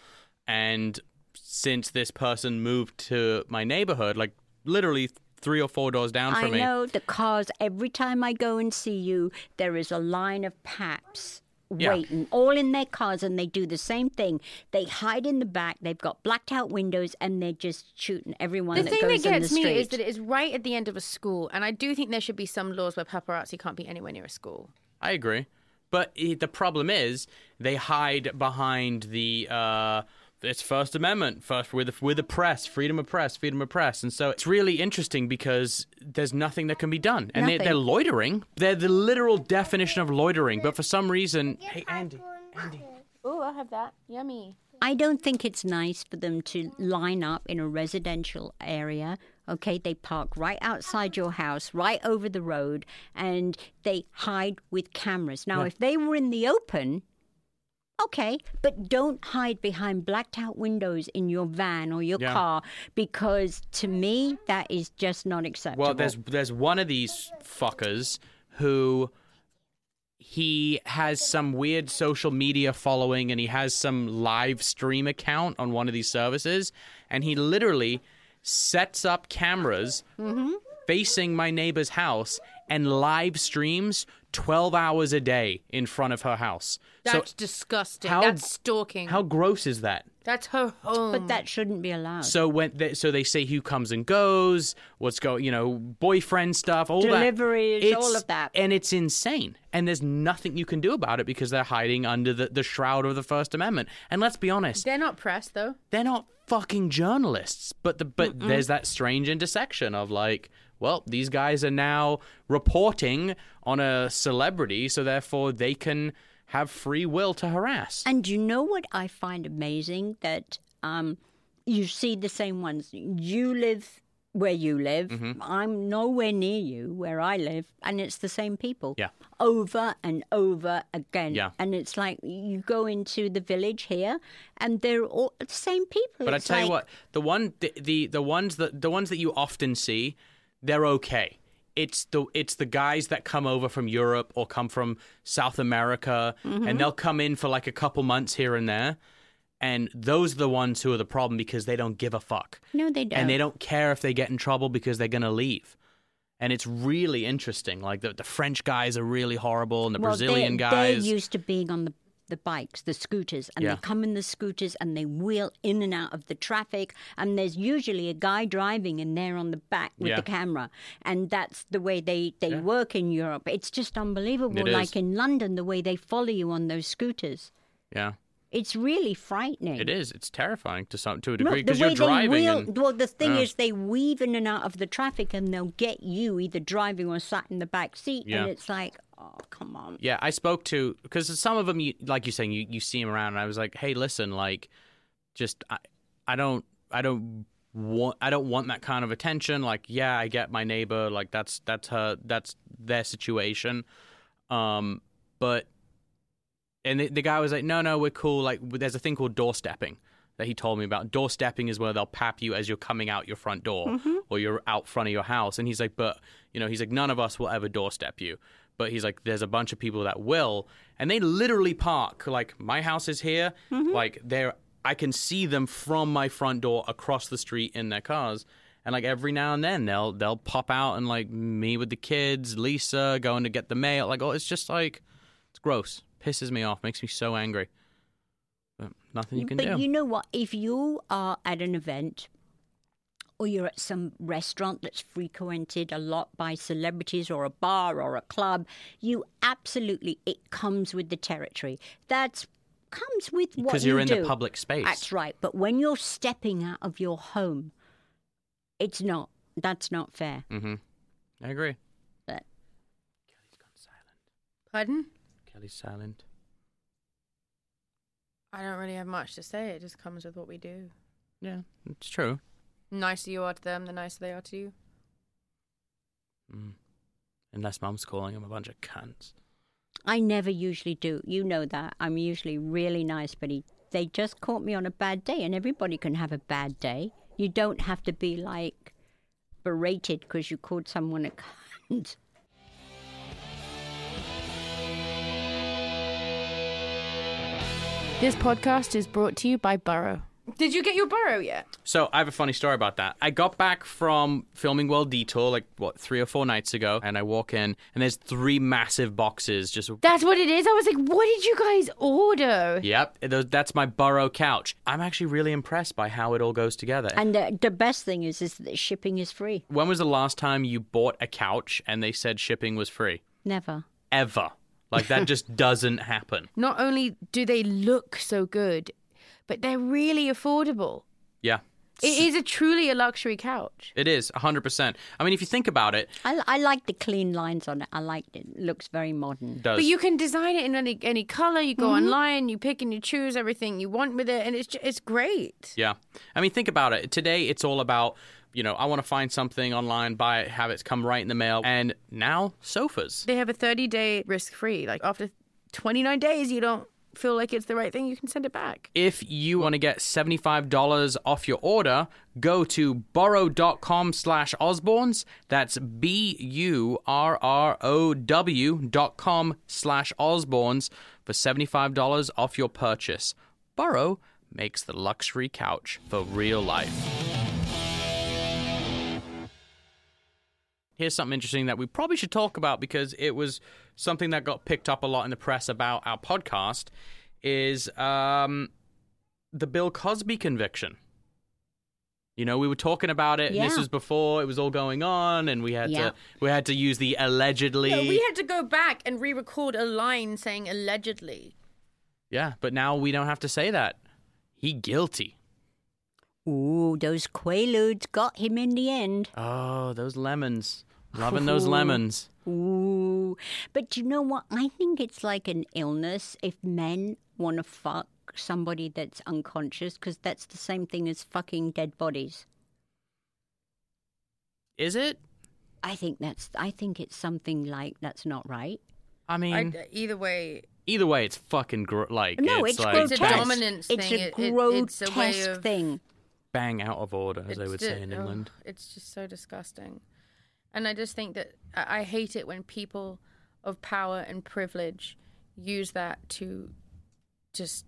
Speaker 1: And since this person moved to my neighborhood, like literally three or four doors down
Speaker 3: I
Speaker 1: from me,
Speaker 3: know the cars. Every time I go and see you, there is a line of paps
Speaker 1: Yeah.
Speaker 3: waiting, all in their cars, and they do the same thing. They hide in the back. They've got blacked out windows, and they're just shooting everyone
Speaker 4: The
Speaker 3: that
Speaker 4: thing
Speaker 3: goes
Speaker 4: that gets
Speaker 3: in the
Speaker 4: me
Speaker 3: street.
Speaker 4: is that it is right at the end of a school, and I do think there should be some laws where paparazzi can't be anywhere near a school.
Speaker 1: I agree. But i the problem is they hide behind the uh, it's First Amendment, first with the, with the press, freedom of press, freedom of press, and so it's really interesting because there's nothing that can be done, and they,
Speaker 3: Nothing.
Speaker 1: they're loitering. They're the literal definition of loitering. But for some reason, hey Andy,
Speaker 4: Oh, I'll have that. Yummy.
Speaker 3: I don't think it's nice for them to line up in a residential area. Okay, they park right outside your house, right over the road, and they hide with cameras. Now, if they were in the open, okay, but don't hide behind blacked out windows in your van or your
Speaker 1: Yeah.
Speaker 3: car because to me, that is just not acceptable.
Speaker 1: Well, there's there's one of these fuckers who he has some weird social media following and he has some live stream account on one of these services and he literally sets up cameras facing my neighbor's house and live streams 12 hours a day in front of her house.
Speaker 4: That's
Speaker 1: so
Speaker 4: disgusting.
Speaker 1: how-
Speaker 4: That's stalking.
Speaker 1: how gross is that?
Speaker 4: That's her home.
Speaker 3: but that shouldn't be allowed.
Speaker 1: So when they, so they say who comes and goes, what's going, you know, boyfriend stuff, all
Speaker 3: Deliveries,
Speaker 1: that,
Speaker 3: all of that.
Speaker 1: and it's insane. And there's nothing you can do about it because they're hiding under the, the shroud of the First Amendment. And let's be honest,
Speaker 4: They're not pressed though.
Speaker 1: they're not fucking journalists. But the but there's that strange intersection of like, well, these guys are now reporting on a celebrity, so therefore they can have free will to harass.
Speaker 3: And you know what I find amazing that um, you see the same ones. You live where you live.
Speaker 1: Mm-hmm.
Speaker 3: I'm nowhere near you where I live, and it's the same people.
Speaker 1: Yeah.
Speaker 3: Over and over again.
Speaker 1: Yeah.
Speaker 3: And it's like you go into the village here, and they're all the same people.
Speaker 1: But I
Speaker 3: It's
Speaker 1: tell you
Speaker 3: like-
Speaker 1: what, the one the, the the ones that the ones that you often see, they're okay. It's the it's the guys that come over from Europe or come from South America,
Speaker 3: Mm-hmm.
Speaker 1: and they'll come in for like a couple months here and there, and those are the ones who are the problem because they don't give a fuck,
Speaker 3: No, they don't.
Speaker 1: and they don't care if they get in trouble because they're gonna leave. And it's really interesting. Like the, the French guys are really horrible, and the
Speaker 3: Well,
Speaker 1: Brazilian
Speaker 3: they're,
Speaker 1: guys.
Speaker 3: They're used to being on the the bikes, the scooters, and
Speaker 1: Yeah.
Speaker 3: they come in the scooters and they wheel in and out of the traffic. And there's usually a guy driving, and they're on the back with
Speaker 1: Yeah.
Speaker 3: the camera. And that's the way they they work in Europe. It's just unbelievable.
Speaker 1: It
Speaker 3: like
Speaker 1: is.
Speaker 3: in London, the way they follow you on those scooters.
Speaker 1: yeah,
Speaker 3: It's really frightening.
Speaker 1: it is. It's terrifying to some to a
Speaker 3: No,
Speaker 1: degree
Speaker 3: the
Speaker 1: because
Speaker 3: way
Speaker 1: you're driving.
Speaker 3: they wheel,
Speaker 1: and,
Speaker 3: well, the thing
Speaker 1: Yeah.
Speaker 3: is, they weave in and out of the traffic, and they'll get you either driving or sat in the back seat,
Speaker 1: Yeah.
Speaker 3: and it's like, oh, come on.
Speaker 1: Um, Yeah, I spoke to because some of them, you, like you're saying, you, you see them around, and I was like, hey, listen, like, just I, I don't, I don't want, I don't want that kind of attention. Like, yeah, I get my neighbor, like that's that's her, that's their situation, um, but, and the, the guy was like, no, no, we're cool. Like, there's a thing called doorstepping that he told me about. Doorstepping is where they'll pap you as you're coming out your front door or you're out front of your house. And he's like, but, you know, he's like, none of us will ever doorstep you. But he's like, there's a bunch of people that will. And they literally park. Like, my house is here. Like, they're, I can see them from my front door across the street in their cars. And like every now and then they'll they'll pop out and like me with the kids, Lisa going to get the mail. Like oh, it's just like it's gross. Pisses me off. Makes me so angry. But nothing you can
Speaker 3: but
Speaker 1: do.
Speaker 3: you know what? If you are at an event or you're at some restaurant that's frequented a lot by celebrities or a bar or a club, you absolutely, it comes with the territory. That's comes with what
Speaker 1: Because
Speaker 3: you
Speaker 1: you're in the
Speaker 3: do.
Speaker 1: public space.
Speaker 3: That's right. But when you're stepping out of your home, it's not. That's not fair.
Speaker 1: Mm-hmm. I agree.
Speaker 3: But
Speaker 4: Pardon?
Speaker 1: Kelly's silent.
Speaker 4: I don't really have much to say. It just comes with what we do.
Speaker 1: Yeah, it's true.
Speaker 4: The nicer you are to them, the nicer they are to you.
Speaker 1: Mm. Unless Mum's calling him a bunch of cunts.
Speaker 3: I never usually do. You know that. I'm usually really nice, but he, they just caught me on a bad day, and everybody can have a bad day. You don't have to be like berated because you called someone a cunt.
Speaker 4: This podcast is brought to you by Burrow.
Speaker 6: Did you get your burrow yet?
Speaker 1: So I have a funny story about that. I got back from filming World Detour like what three or four nights ago, and I walk in and there's three massive boxes. Just
Speaker 4: That's what it is. I was like, what did you guys order?
Speaker 1: yep, tho- that's my burrow couch. I'm actually really impressed by how it all goes together.
Speaker 3: And uh, the best thing is, is that shipping is free.
Speaker 1: when was the last time you bought a couch and they said shipping was free?
Speaker 3: Never.
Speaker 1: Ever. Like that
Speaker 4: *laughs*
Speaker 1: just doesn't happen.
Speaker 4: Not only do they look so good, but they're really affordable.
Speaker 1: Yeah.
Speaker 4: It is a truly a luxury couch.
Speaker 1: It is 100%. I mean, if you think about it,
Speaker 3: I, I like the clean lines on it. I like it. It looks very modern.
Speaker 1: it does.
Speaker 4: But you can design it in any any color. You go online, you pick and you choose everything you want with it, and it's ju- it's great.
Speaker 1: Yeah. I mean, think about it. Today, it's all about, you know, I want to find something online, buy it, have it come right in the mail. And now, sofas.
Speaker 4: They have a thirty day risk free. Like after twenty nine days, you don't feel like it's the right thing, you can send it back.
Speaker 1: If you want to get $75 off your order, go to borrow.com slash Osborns. That's B-U-R-R-O-W dot com slash Osborns for $75 off your purchase. Borrow makes the luxury couch for real life. Here's something interesting that we probably should talk about because it was something that got picked up a lot in the press about our podcast is um, the Bill Cosby conviction. You know, we were talking about it. And this
Speaker 3: Yeah.
Speaker 1: was before it was all going on, and we had
Speaker 3: Yeah.
Speaker 1: to we had to use the allegedly.
Speaker 4: No, we had to go back and re-record a line saying allegedly.
Speaker 1: yeah, but now we don't have to say that. He guilty.
Speaker 3: Ooh, those Quaaludes got him in the end.
Speaker 1: Oh, those lemons. Loving those lemons.
Speaker 3: Ooh. But you know what? I think it's like an illness if men want to fuck somebody that's unconscious because that's the same thing as fucking dead bodies.
Speaker 1: Is it?
Speaker 3: I think that's I think it's something like that's not right.
Speaker 1: I mean,
Speaker 4: I, either way,
Speaker 1: either way, it's fucking gr- like
Speaker 3: No,
Speaker 1: it's,
Speaker 3: it's
Speaker 1: like
Speaker 3: grotesque.
Speaker 4: It's a dominance
Speaker 3: It's
Speaker 4: thing.
Speaker 3: a
Speaker 4: It- it- it's
Speaker 3: grotesque
Speaker 4: a way of-
Speaker 3: thing.
Speaker 1: bang out of order, as they
Speaker 4: It's
Speaker 1: would
Speaker 4: ju-
Speaker 1: say in
Speaker 4: ugh,
Speaker 1: England.
Speaker 4: it's just so disgusting. And I just think that I I hate it when people of power and privilege use that to just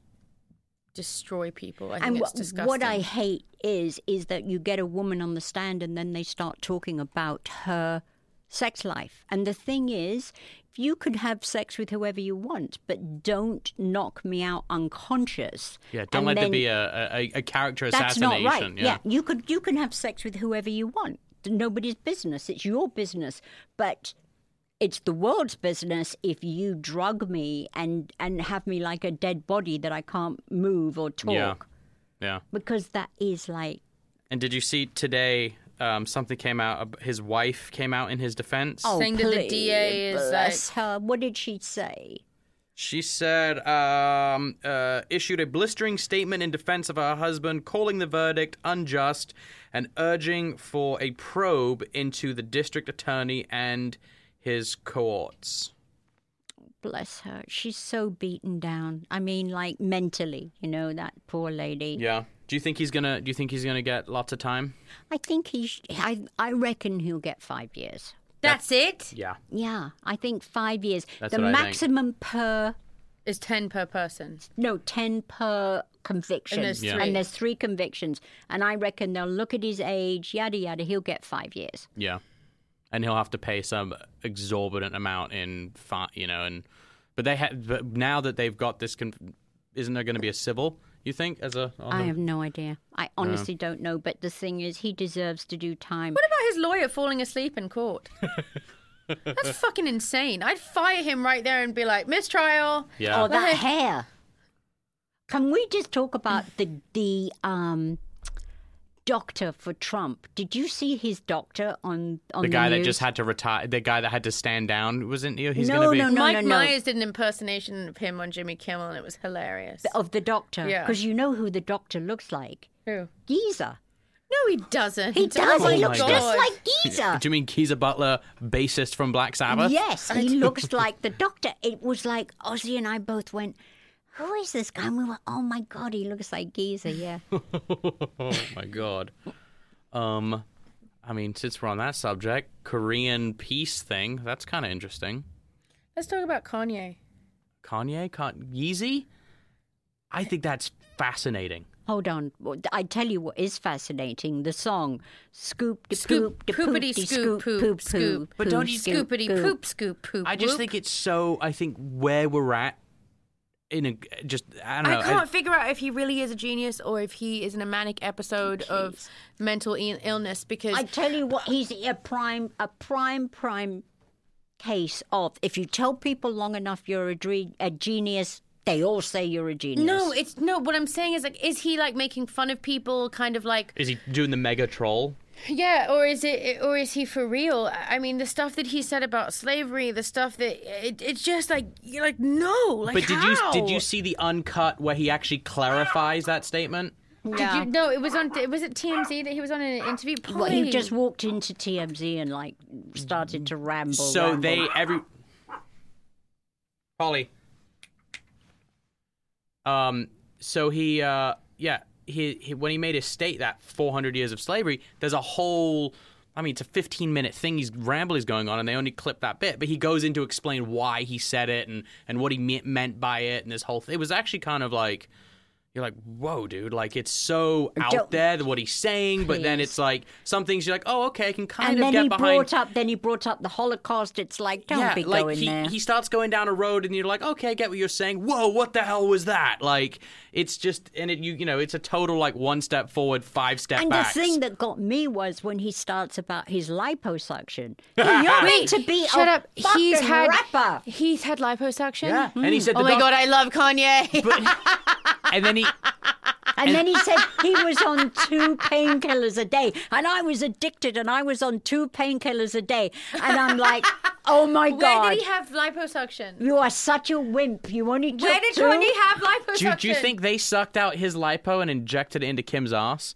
Speaker 4: destroy people. I think
Speaker 3: And
Speaker 4: it's
Speaker 3: wh-
Speaker 4: disgusting.
Speaker 3: what I hate is is that you get a woman on the stand and then they start talking about her sex life. And the thing is, you could have sex with whoever you want, but don't knock me out unconscious.
Speaker 1: Yeah, don't
Speaker 3: And
Speaker 1: let there
Speaker 3: then-
Speaker 1: be a, a, a character
Speaker 3: That's not
Speaker 1: assassination.
Speaker 3: right.
Speaker 1: Yeah.
Speaker 3: you could you can have sex with whoever you want. Nobody's business. It's your business, but it's the world's business if you drug me and and have me like a dead body that I can't move or talk
Speaker 1: Yeah. yeah.
Speaker 3: because that is like
Speaker 1: And did you see today? Um, something came out. ab- His wife came out in his defense.
Speaker 3: oh
Speaker 4: Saying that
Speaker 3: please,
Speaker 4: the DA is,
Speaker 3: bless her. What did she say?
Speaker 1: She said, um, uh, issued a blistering statement in defense of her husband, calling the verdict unjust and urging for a probe into the district attorney and his cohorts.
Speaker 3: Bless her. She's so beaten down. I mean, like mentally, you know, that poor lady.
Speaker 1: Yeah. Do you think he's gonna? Do you think he's gonna get lots of time?
Speaker 3: I think he. Sh- I I reckon he'll get five years.
Speaker 4: That's it.
Speaker 1: Yeah.
Speaker 3: Yeah, I think five years.
Speaker 1: That's
Speaker 3: the
Speaker 1: what I think.
Speaker 3: maximum per
Speaker 4: It's ten per person.
Speaker 3: no ten per conviction,
Speaker 4: And there's Yeah. three.
Speaker 3: and there's three convictions, and I reckon they'll look at his age, yada yada. He'll get five years.
Speaker 1: Yeah. And he'll have to pay some exorbitant amount in, fi- you know, and but they have. But now that they've got this, con- isn't there going to be a civil? You think as a? on
Speaker 3: I
Speaker 1: the-
Speaker 3: have no idea. I honestly don't know. But the thing is, he deserves to do time.
Speaker 4: What about his lawyer falling asleep
Speaker 1: *laughs*
Speaker 4: in court? That's fucking insane. I'd fire him right there and be like, mistrial.
Speaker 1: yeah.
Speaker 3: Oh, that
Speaker 4: Like-
Speaker 3: hair. Can we just talk about the the um doctor for Trump? Did you see his doctor on on
Speaker 1: the guy that
Speaker 3: news?
Speaker 1: just had to retire. The guy that had to stand down wasn't he? He's
Speaker 3: No,
Speaker 1: gonna be.
Speaker 3: no, no.
Speaker 4: Mike Myers did an impersonation of him on Jimmy Kimmel, and it was hilarious.
Speaker 3: of the doctor
Speaker 4: Yeah.
Speaker 3: because you know who the doctor looks like.
Speaker 4: Who?
Speaker 3: Geezer.
Speaker 4: No, he doesn't.
Speaker 3: He does.
Speaker 1: Oh
Speaker 3: he
Speaker 1: my
Speaker 3: looks
Speaker 1: God.
Speaker 3: just like Geezer.
Speaker 1: Do you mean Keezer Butler, bassist from Black Sabbath?
Speaker 3: Yes,
Speaker 1: *laughs*
Speaker 3: he looks like the doctor. It was like Ozzy and I both went, "Who is this guy?" And we were, "Oh my god, he looks like Geezer." Yeah.
Speaker 1: oh my god. Um, I mean, since we're on that subject, Korean peace thing. That's kind of interesting.
Speaker 4: Let's talk about Kanye.
Speaker 1: Kanye, Con- Yeezy. I think that's fascinating.
Speaker 3: Hold on. Well, I tell you what is fascinating. The song Scoop de
Speaker 5: Scoop,
Speaker 3: poop de poop
Speaker 5: poopity
Speaker 3: de
Speaker 5: scoop,
Speaker 3: scoop
Speaker 5: poop,
Speaker 3: poop
Speaker 5: scoop.
Speaker 3: poop.
Speaker 1: But don't you-
Speaker 3: scoop,
Speaker 5: Scoopity
Speaker 3: goop.
Speaker 5: poop, scoop, poop.
Speaker 1: I just
Speaker 5: whoop.
Speaker 1: think it's so. I think where we're at in a just I don't know.
Speaker 4: I can't figure out if he really is a genius or if he is in a manic episode of mental i- illness because
Speaker 3: I tell you what, he's a prime, a prime, prime case of if you tell people long enough you're a, dre- a genius, they all say you're a genius.
Speaker 4: no, it's no. What I'm saying is like, is he like making fun of people, kind of like
Speaker 1: Is he doing the mega troll?
Speaker 4: *laughs* Yeah, or is it, or is he for real? I- I mean, the stuff that he said about slavery, the stuff that it, it's just like you're like no, like
Speaker 1: But did
Speaker 4: how?
Speaker 1: you did you see the uncut where he actually clarifies that statement?
Speaker 4: Did you- no, it was on. It was at TMZ that he was on an interview.
Speaker 3: Well, he
Speaker 4: Please.
Speaker 3: just walked into TMZ and like started to ramble.
Speaker 1: So
Speaker 3: ramble.
Speaker 1: they every Polly. Um. So he, uh, yeah, he, he when he made his state that 400 years of slavery, there's a whole. I mean, it's a 15 minute thing. He's ramble is going on, and they only clip that bit. But he goes in to explain why he said it and and what he me- meant by it, and this whole. thing. It was actually kind of like. You're like, whoa, dude! Like it's so out
Speaker 3: Don't-
Speaker 1: there what he's saying, but then it's like some things you're like, oh, okay, I can kind
Speaker 3: and
Speaker 1: of
Speaker 3: then
Speaker 1: get
Speaker 3: he
Speaker 1: behind.
Speaker 3: brought up, then he brought up the Holocaust. It's like don't be
Speaker 1: like
Speaker 3: going
Speaker 1: he,
Speaker 3: there.
Speaker 1: he starts going down a road and you're like, okay, I get what you're saying. Whoa, what the hell was that? Like, it's just, and it, you, you know, it's a total like one step forward, five step
Speaker 3: and the
Speaker 1: back.
Speaker 3: thing that got me was when he starts about his liposuction. You're meant to be
Speaker 4: shut
Speaker 3: a
Speaker 4: up. He's
Speaker 3: fucking
Speaker 4: had
Speaker 3: rapper.
Speaker 4: he's had liposuction.
Speaker 1: yeah. And he said,
Speaker 4: Oh
Speaker 1: the
Speaker 4: my
Speaker 1: doc-
Speaker 4: god, I love Kanye.
Speaker 1: and
Speaker 4: *laughs*
Speaker 1: then he,
Speaker 3: And then he said he was on two painkillers a day. And I was addicted and I was on two painkillers a day. And I'm
Speaker 4: *laughs*
Speaker 3: like, oh my
Speaker 4: Where
Speaker 3: God. Mm,
Speaker 4: did he have liposuction?
Speaker 3: you are such a wimp. You only took
Speaker 4: Where did
Speaker 3: two.
Speaker 4: Kanye have liposuction?
Speaker 1: do, you- do you think they sucked out his lipo and injected it into Kim's ass?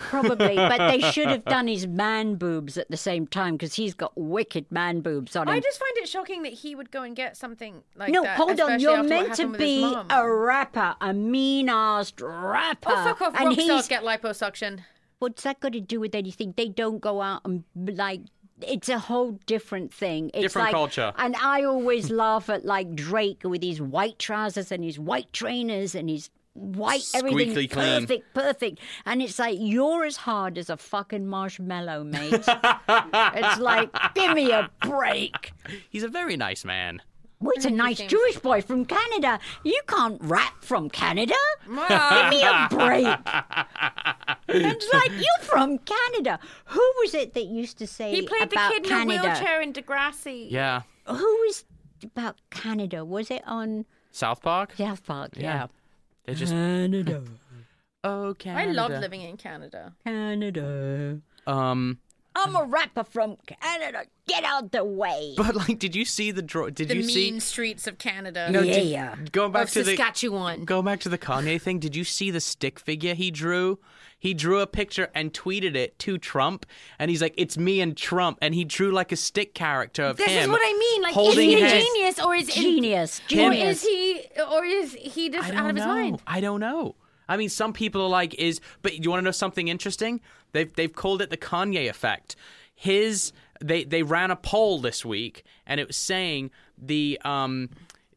Speaker 3: Probably. But they should have done his man boobs at the same time because he's got wicked man boobs on him.
Speaker 4: I just find it shocking that he would go and get something like
Speaker 3: no,
Speaker 4: that.
Speaker 3: hold on.
Speaker 4: especially
Speaker 3: You're
Speaker 4: after what
Speaker 3: meant to
Speaker 4: happened with his
Speaker 3: be
Speaker 4: mom.
Speaker 3: a rapper, a mean ass rapper.
Speaker 4: Oh, fuck off!
Speaker 3: And
Speaker 4: Rock stars
Speaker 3: he's
Speaker 4: get liposuction.
Speaker 3: what's that got to do with anything? They don't go out and like. It's a whole different thing. It's
Speaker 1: Different
Speaker 3: like,
Speaker 1: culture.
Speaker 3: And I always laugh at like Drake with his white trousers and his white trainers and his white everything
Speaker 1: Squeaky clean.
Speaker 3: perfect, perfect. And it's like you're as hard as a fucking marshmallow,
Speaker 1: *laughs*
Speaker 3: mate. it's like give me a break.
Speaker 1: He's a very nice man.
Speaker 3: Well, it's a nice Jewish boy from Canada. You can't rap from Canada. Give me a
Speaker 4: *laughs*
Speaker 3: break. it's like you're from Canada. Who was it that used to say
Speaker 4: He played
Speaker 3: about
Speaker 4: the kid in
Speaker 3: Canada?
Speaker 4: the wheelchair in Degrassi.
Speaker 1: Yeah.
Speaker 3: Who was about Canada? Was it on
Speaker 1: South Park?
Speaker 3: South Park?
Speaker 1: Yeah. They're just, oh,
Speaker 3: Canada,
Speaker 1: okay.
Speaker 4: Uh-huh. I love living in Canada.
Speaker 3: Canada.
Speaker 1: Um,
Speaker 3: I'm a rapper from Canada. Get out the way.
Speaker 1: but like, did you see the draw? Did
Speaker 4: The
Speaker 1: you
Speaker 4: mean
Speaker 1: see?
Speaker 4: streets of Canada.
Speaker 1: No, did-
Speaker 3: yeah.
Speaker 1: Going back
Speaker 4: of
Speaker 1: to the
Speaker 4: Saskatchewan.
Speaker 1: Go back to the Kanye thing. Did you see the stick figure he drew? He drew a picture and tweeted it to Trump, and he's like, "It's me and Trump," and he drew like a stick character of
Speaker 4: This
Speaker 1: him.
Speaker 4: is what I mean. Like, is
Speaker 1: holding
Speaker 4: he a
Speaker 1: hands.
Speaker 4: genius or is
Speaker 3: Genius.
Speaker 4: Or
Speaker 3: Genius.
Speaker 4: is he? Or is he just
Speaker 1: I
Speaker 4: out
Speaker 1: don't
Speaker 4: of his
Speaker 1: know.
Speaker 4: mind?
Speaker 1: I don't know. I mean, some people are like, "Is," but you want to know something interesting? They've they've called it the Kanye effect. His they they ran a poll this week, and it was saying the um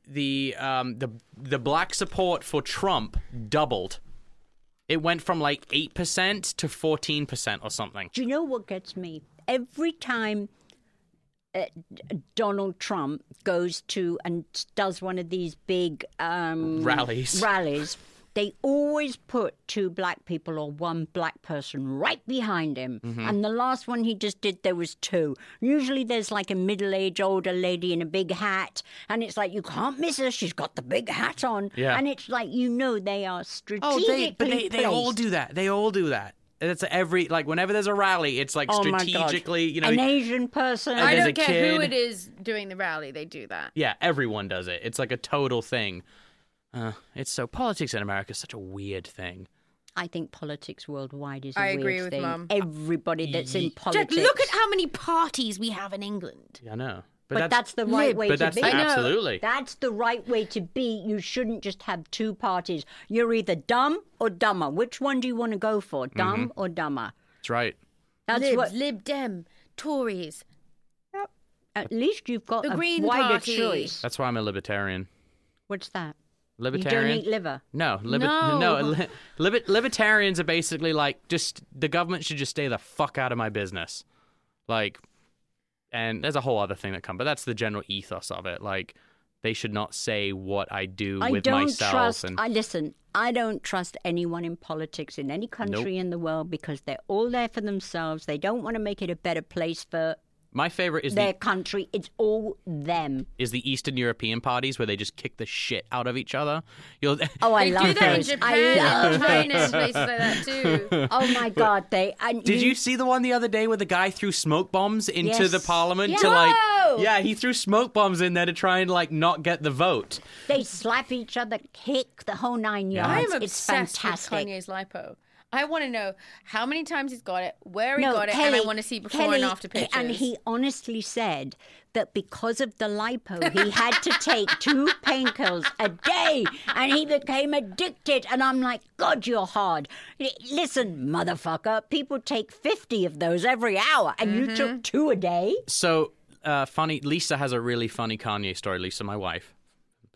Speaker 1: the um the the black support for Trump doubled. It went from like eight percent to fourteen percent or something.
Speaker 4: Mm.
Speaker 3: Do you know what gets me? Every time uh, Donald Trump goes to and does one of these big um,
Speaker 1: Rallies.
Speaker 3: rallies, they always put two black people or one black person right behind him.
Speaker 1: Mm-hmm.
Speaker 3: And the last one he just did, there was two. Usually there's like a middle aged older lady in a big hat. And it's like, you can't miss her. She's got the big hat on.
Speaker 1: Yeah.
Speaker 3: And it's like, you know, they are strategically
Speaker 1: Oh, they but they, they all
Speaker 3: placed.
Speaker 1: do that. They all do that. It's every like whenever there's a rally, it's like
Speaker 3: Oh, my God.
Speaker 1: strategically, you know.
Speaker 3: An Asian person.
Speaker 1: And
Speaker 4: I
Speaker 1: there's
Speaker 4: don't
Speaker 1: a
Speaker 4: care who
Speaker 1: kid.
Speaker 4: it is doing the rally. They do that.
Speaker 1: Yeah, everyone does it. It's like a total thing. Uh, it's so politics in America is such a weird thing.
Speaker 3: I think politics worldwide is a
Speaker 4: I
Speaker 3: weird
Speaker 4: agree with
Speaker 3: thing.
Speaker 4: Mum.
Speaker 3: Everybody that's in politics.
Speaker 5: Look at how many parties we have in England.
Speaker 1: Yeah, I know, but,
Speaker 3: but
Speaker 1: that's,
Speaker 3: that's, the right way
Speaker 1: but
Speaker 3: to
Speaker 1: that's
Speaker 3: be.
Speaker 1: absolutely.
Speaker 3: That's the right way to be. You shouldn't just have two parties. You're either dumb or dumber. Which one do you want to go for?
Speaker 1: Mm-hmm.
Speaker 3: Dumb or dumber?
Speaker 1: That's right.
Speaker 3: That's
Speaker 4: Libs,
Speaker 3: what.
Speaker 4: Lib Dem, Tories.
Speaker 3: At least you've got
Speaker 4: The
Speaker 3: a
Speaker 4: Green
Speaker 3: wider
Speaker 4: Party.
Speaker 3: choice.
Speaker 1: That's why I'm a libertarian.
Speaker 3: What's that? You
Speaker 1: Libertarian.
Speaker 3: don't eat liver.
Speaker 1: No, liber- no,
Speaker 4: No.
Speaker 1: li- liber- libertarians are basically like just the government should just stay the fuck out of my business, like, and there's a whole other thing that comes, but that's the general ethos of it. Like, they should not say what I do
Speaker 3: I
Speaker 1: with
Speaker 3: don't
Speaker 1: myself.
Speaker 3: trust.
Speaker 1: and
Speaker 3: I listen. I don't trust anyone in politics in any country in the world because they're all there for themselves. They don't want to make it a better place for
Speaker 1: my favorite is
Speaker 3: their
Speaker 1: the
Speaker 3: country. It's all them.
Speaker 1: is the Eastern European parties where they just kick the shit out of each other. You'll *laughs*
Speaker 3: Oh, I
Speaker 4: They
Speaker 3: love
Speaker 4: do that in
Speaker 3: those.
Speaker 4: Japan
Speaker 3: I
Speaker 4: *laughs*
Speaker 3: love
Speaker 4: and China and places like
Speaker 3: *laughs*
Speaker 4: that too.
Speaker 3: Oh my God! They and
Speaker 1: Did you see the one the other day where the guy threw smoke bombs into
Speaker 3: Yes.
Speaker 1: the parliament to like Yeah, he threw smoke bombs in there to try and like not get the vote.
Speaker 3: They slap each other, kick the whole nine yards.
Speaker 4: I am
Speaker 3: it's
Speaker 4: obsessed with
Speaker 3: fantastic.
Speaker 4: Kanye's lipo. I want to know how many times he's got it, where he
Speaker 3: no,
Speaker 4: got it,
Speaker 3: Kelly,
Speaker 4: and I want to see before
Speaker 3: Kelly-
Speaker 4: and after pictures.
Speaker 3: And he honestly said that because of the lipo, he had to take
Speaker 4: *laughs*
Speaker 3: two painkillers a day, and he became addicted. And I'm like, God, you're hard. L- Listen, motherfucker, people take fifty of those every hour, and you
Speaker 4: Mm-hmm.
Speaker 3: took two a day.
Speaker 1: So uh, funny. Lisa has a really funny Kanye story. Lisa, my wife.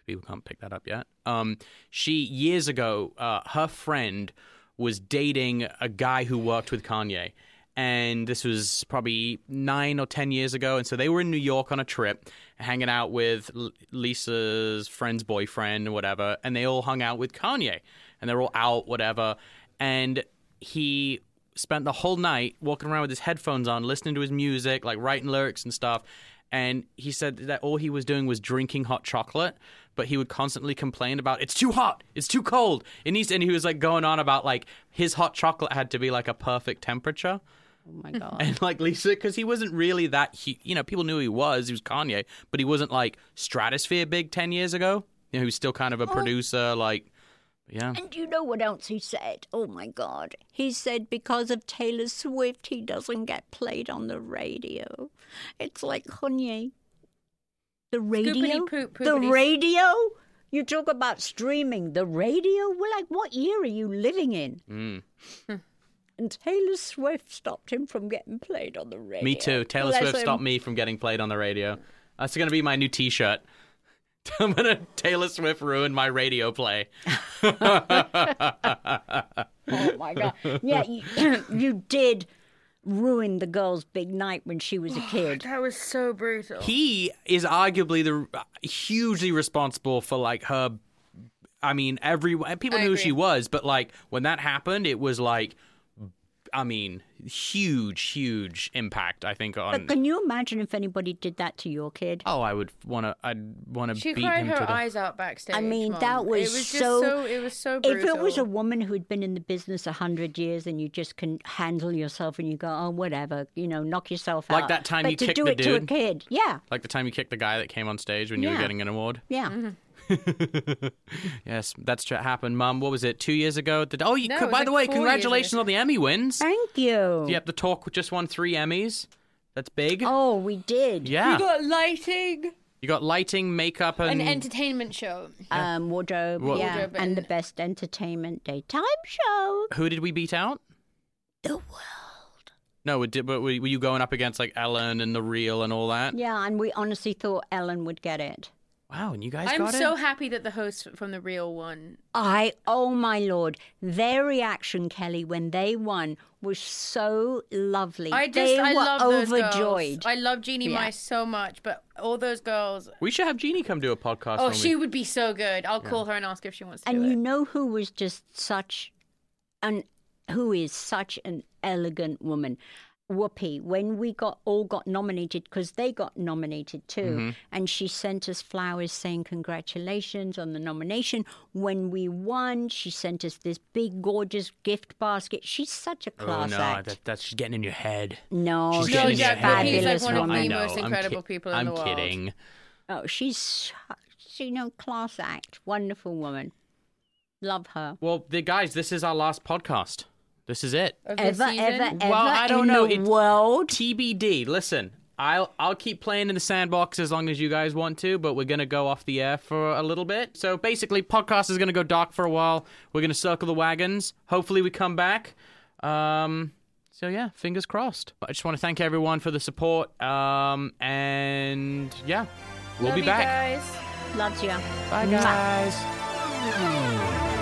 Speaker 1: People can't pick that up yet. Um, she years ago, uh, her friend was dating a guy who worked with Kanye, and this was probably nine or ten years ago. And so they were in New York on a trip, hanging out with L- Lisa's friend's boyfriend and whatever, and they all hung out with Kanye, and they're all out whatever, and he spent the whole night walking around with his headphones on, listening to his music, like writing lyrics and stuff. And he said that all he was doing was drinking hot chocolate, but he would constantly complain about it's too hot, it's too cold. It needs, and he was like going on about like his hot chocolate had to be like a perfect temperature.
Speaker 3: Oh my God.
Speaker 1: And like Lisa, because he wasn't really that, hu- you know, people knew who he was. He was Kanye, but he wasn't like stratosphere big 10 years ago. You know, he was still kind of a producer, like, yeah.
Speaker 3: And do you know what else he said? Oh my God. He said because of Taylor Swift, he doesn't get played on the radio. It's like Kanye. The radio?
Speaker 4: poop,
Speaker 3: the
Speaker 4: poopity-
Speaker 3: radio? You talk about streaming. The radio? Well, like, what year are you living in?
Speaker 1: Mm.
Speaker 3: *laughs* And Taylor Swift stopped him from getting played on the radio.
Speaker 1: Me too. Taylor
Speaker 3: Bless
Speaker 1: Swift
Speaker 3: him.
Speaker 1: stopped me from getting played on the radio. That's gonna be my new T-shirt. *laughs* I'm gonna Taylor Swift ruin my radio play.
Speaker 3: Oh my God. Yeah, you, *coughs* you did ruin the girl's big night when she was a kid.
Speaker 4: That was so brutal.
Speaker 1: He is arguably the uh, hugely responsible for like her. I mean, every uh, people
Speaker 4: I
Speaker 1: knew who
Speaker 4: agree.
Speaker 1: she was, but like when that happened, it was like, I mean, huge, huge impact. I think on.
Speaker 3: But can you imagine if anybody did that to your kid?
Speaker 1: oh, I would wanna. I'd wanna
Speaker 4: She
Speaker 1: beat
Speaker 4: cried
Speaker 1: him
Speaker 4: her
Speaker 1: to the.
Speaker 4: eyes out backstage.
Speaker 3: I mean,
Speaker 4: Mom.
Speaker 3: that was,
Speaker 4: it was just
Speaker 3: so,
Speaker 4: It was so brutal.
Speaker 3: If it was a woman who had been in the business a hundred years and you just can handle yourself and you go, oh, whatever, you know, knock yourself out.
Speaker 1: Like that time
Speaker 3: but
Speaker 1: you
Speaker 3: to
Speaker 1: kicked
Speaker 3: do
Speaker 1: the
Speaker 3: it to a
Speaker 1: dude?
Speaker 3: kid, yeah,
Speaker 1: Like the time you kicked the guy that came on stage when you were
Speaker 3: Yeah.
Speaker 1: getting an award.
Speaker 3: yeah.
Speaker 1: *laughs* Yes, that's tr- happened, Mum. What was it? Two years ago. The, oh, you,
Speaker 4: No,
Speaker 1: co-
Speaker 4: it was
Speaker 1: by
Speaker 4: like
Speaker 1: the way,
Speaker 4: four years
Speaker 1: congratulations
Speaker 4: ago.
Speaker 1: on the Emmy wins.
Speaker 3: Thank you.
Speaker 1: Yep, the talk just won three Emmys. That's big.
Speaker 3: Oh, we did.
Speaker 1: yeah,
Speaker 4: you got lighting,
Speaker 1: you got lighting, makeup,
Speaker 4: an
Speaker 1: and
Speaker 4: entertainment show.
Speaker 3: Um, wardrobe,
Speaker 1: What-
Speaker 3: yeah,
Speaker 4: Wardrobe
Speaker 3: and the
Speaker 4: and-
Speaker 3: best entertainment daytime show.
Speaker 1: who did we beat out?
Speaker 3: The world.
Speaker 1: No, we did, but were were you going up against like Ellen and the Real and all that?
Speaker 3: Yeah, and we honestly thought Ellen would get it.
Speaker 1: Wow, and you guys
Speaker 4: I'm
Speaker 1: got
Speaker 4: so
Speaker 1: it.
Speaker 4: happy that the host from the real one.
Speaker 3: I, oh my lord, their reaction, Kelly, when they won was so lovely.
Speaker 4: I just
Speaker 3: they
Speaker 4: I
Speaker 3: were
Speaker 4: love
Speaker 3: overjoyed.
Speaker 4: Those girls. I love Jeannie
Speaker 3: Yeah.
Speaker 4: Mice so much, but all those girls.
Speaker 1: We should have Jeannie come do a podcast.
Speaker 4: Oh,
Speaker 1: when we...
Speaker 4: she would be so good. I'll call her and ask if she wants to
Speaker 3: and
Speaker 4: do
Speaker 3: you
Speaker 4: it.
Speaker 3: know who was just such an who is such an elegant woman whoopi when we got all got nominated because they got nominated too
Speaker 4: Mm-hmm.
Speaker 3: and she sent us flowers saying congratulations on the nomination when we won she sent us this big gorgeous gift basket she's such a
Speaker 1: Oh
Speaker 3: class
Speaker 1: no,
Speaker 3: act
Speaker 1: that, that's she's getting in your head.
Speaker 3: no
Speaker 1: she's
Speaker 3: she's,
Speaker 1: getting
Speaker 4: No,
Speaker 1: in
Speaker 4: yeah,
Speaker 1: your head.
Speaker 4: Whoopi's like
Speaker 3: fabulous
Speaker 4: one of the
Speaker 1: I
Speaker 3: woman
Speaker 1: know,
Speaker 4: most
Speaker 1: I'm
Speaker 4: incredible
Speaker 1: kid-
Speaker 4: people in
Speaker 1: I'm
Speaker 4: the world.
Speaker 1: kidding.
Speaker 3: oh she's such- you know class act wonderful woman love her
Speaker 1: Well, the guys, this is our last podcast. This is it.
Speaker 4: Of this
Speaker 3: ever ever
Speaker 4: season?
Speaker 3: ever
Speaker 1: Well, I don't
Speaker 3: in
Speaker 1: know,
Speaker 3: the
Speaker 1: it-
Speaker 3: world
Speaker 1: TBD. Listen, I'll I'll keep playing in the sandbox as long as you guys want to, but we're gonna go off the air for a little bit. So basically, podcast is gonna go dark for a while. We're gonna circle the wagons. Hopefully, we come back. Um, so yeah, fingers crossed. I just want to thank everyone for the support. Um, and yeah, we'll
Speaker 4: Love
Speaker 1: be
Speaker 4: you
Speaker 1: back.
Speaker 4: guys.
Speaker 3: loves you
Speaker 1: Bye guys.
Speaker 4: Bye.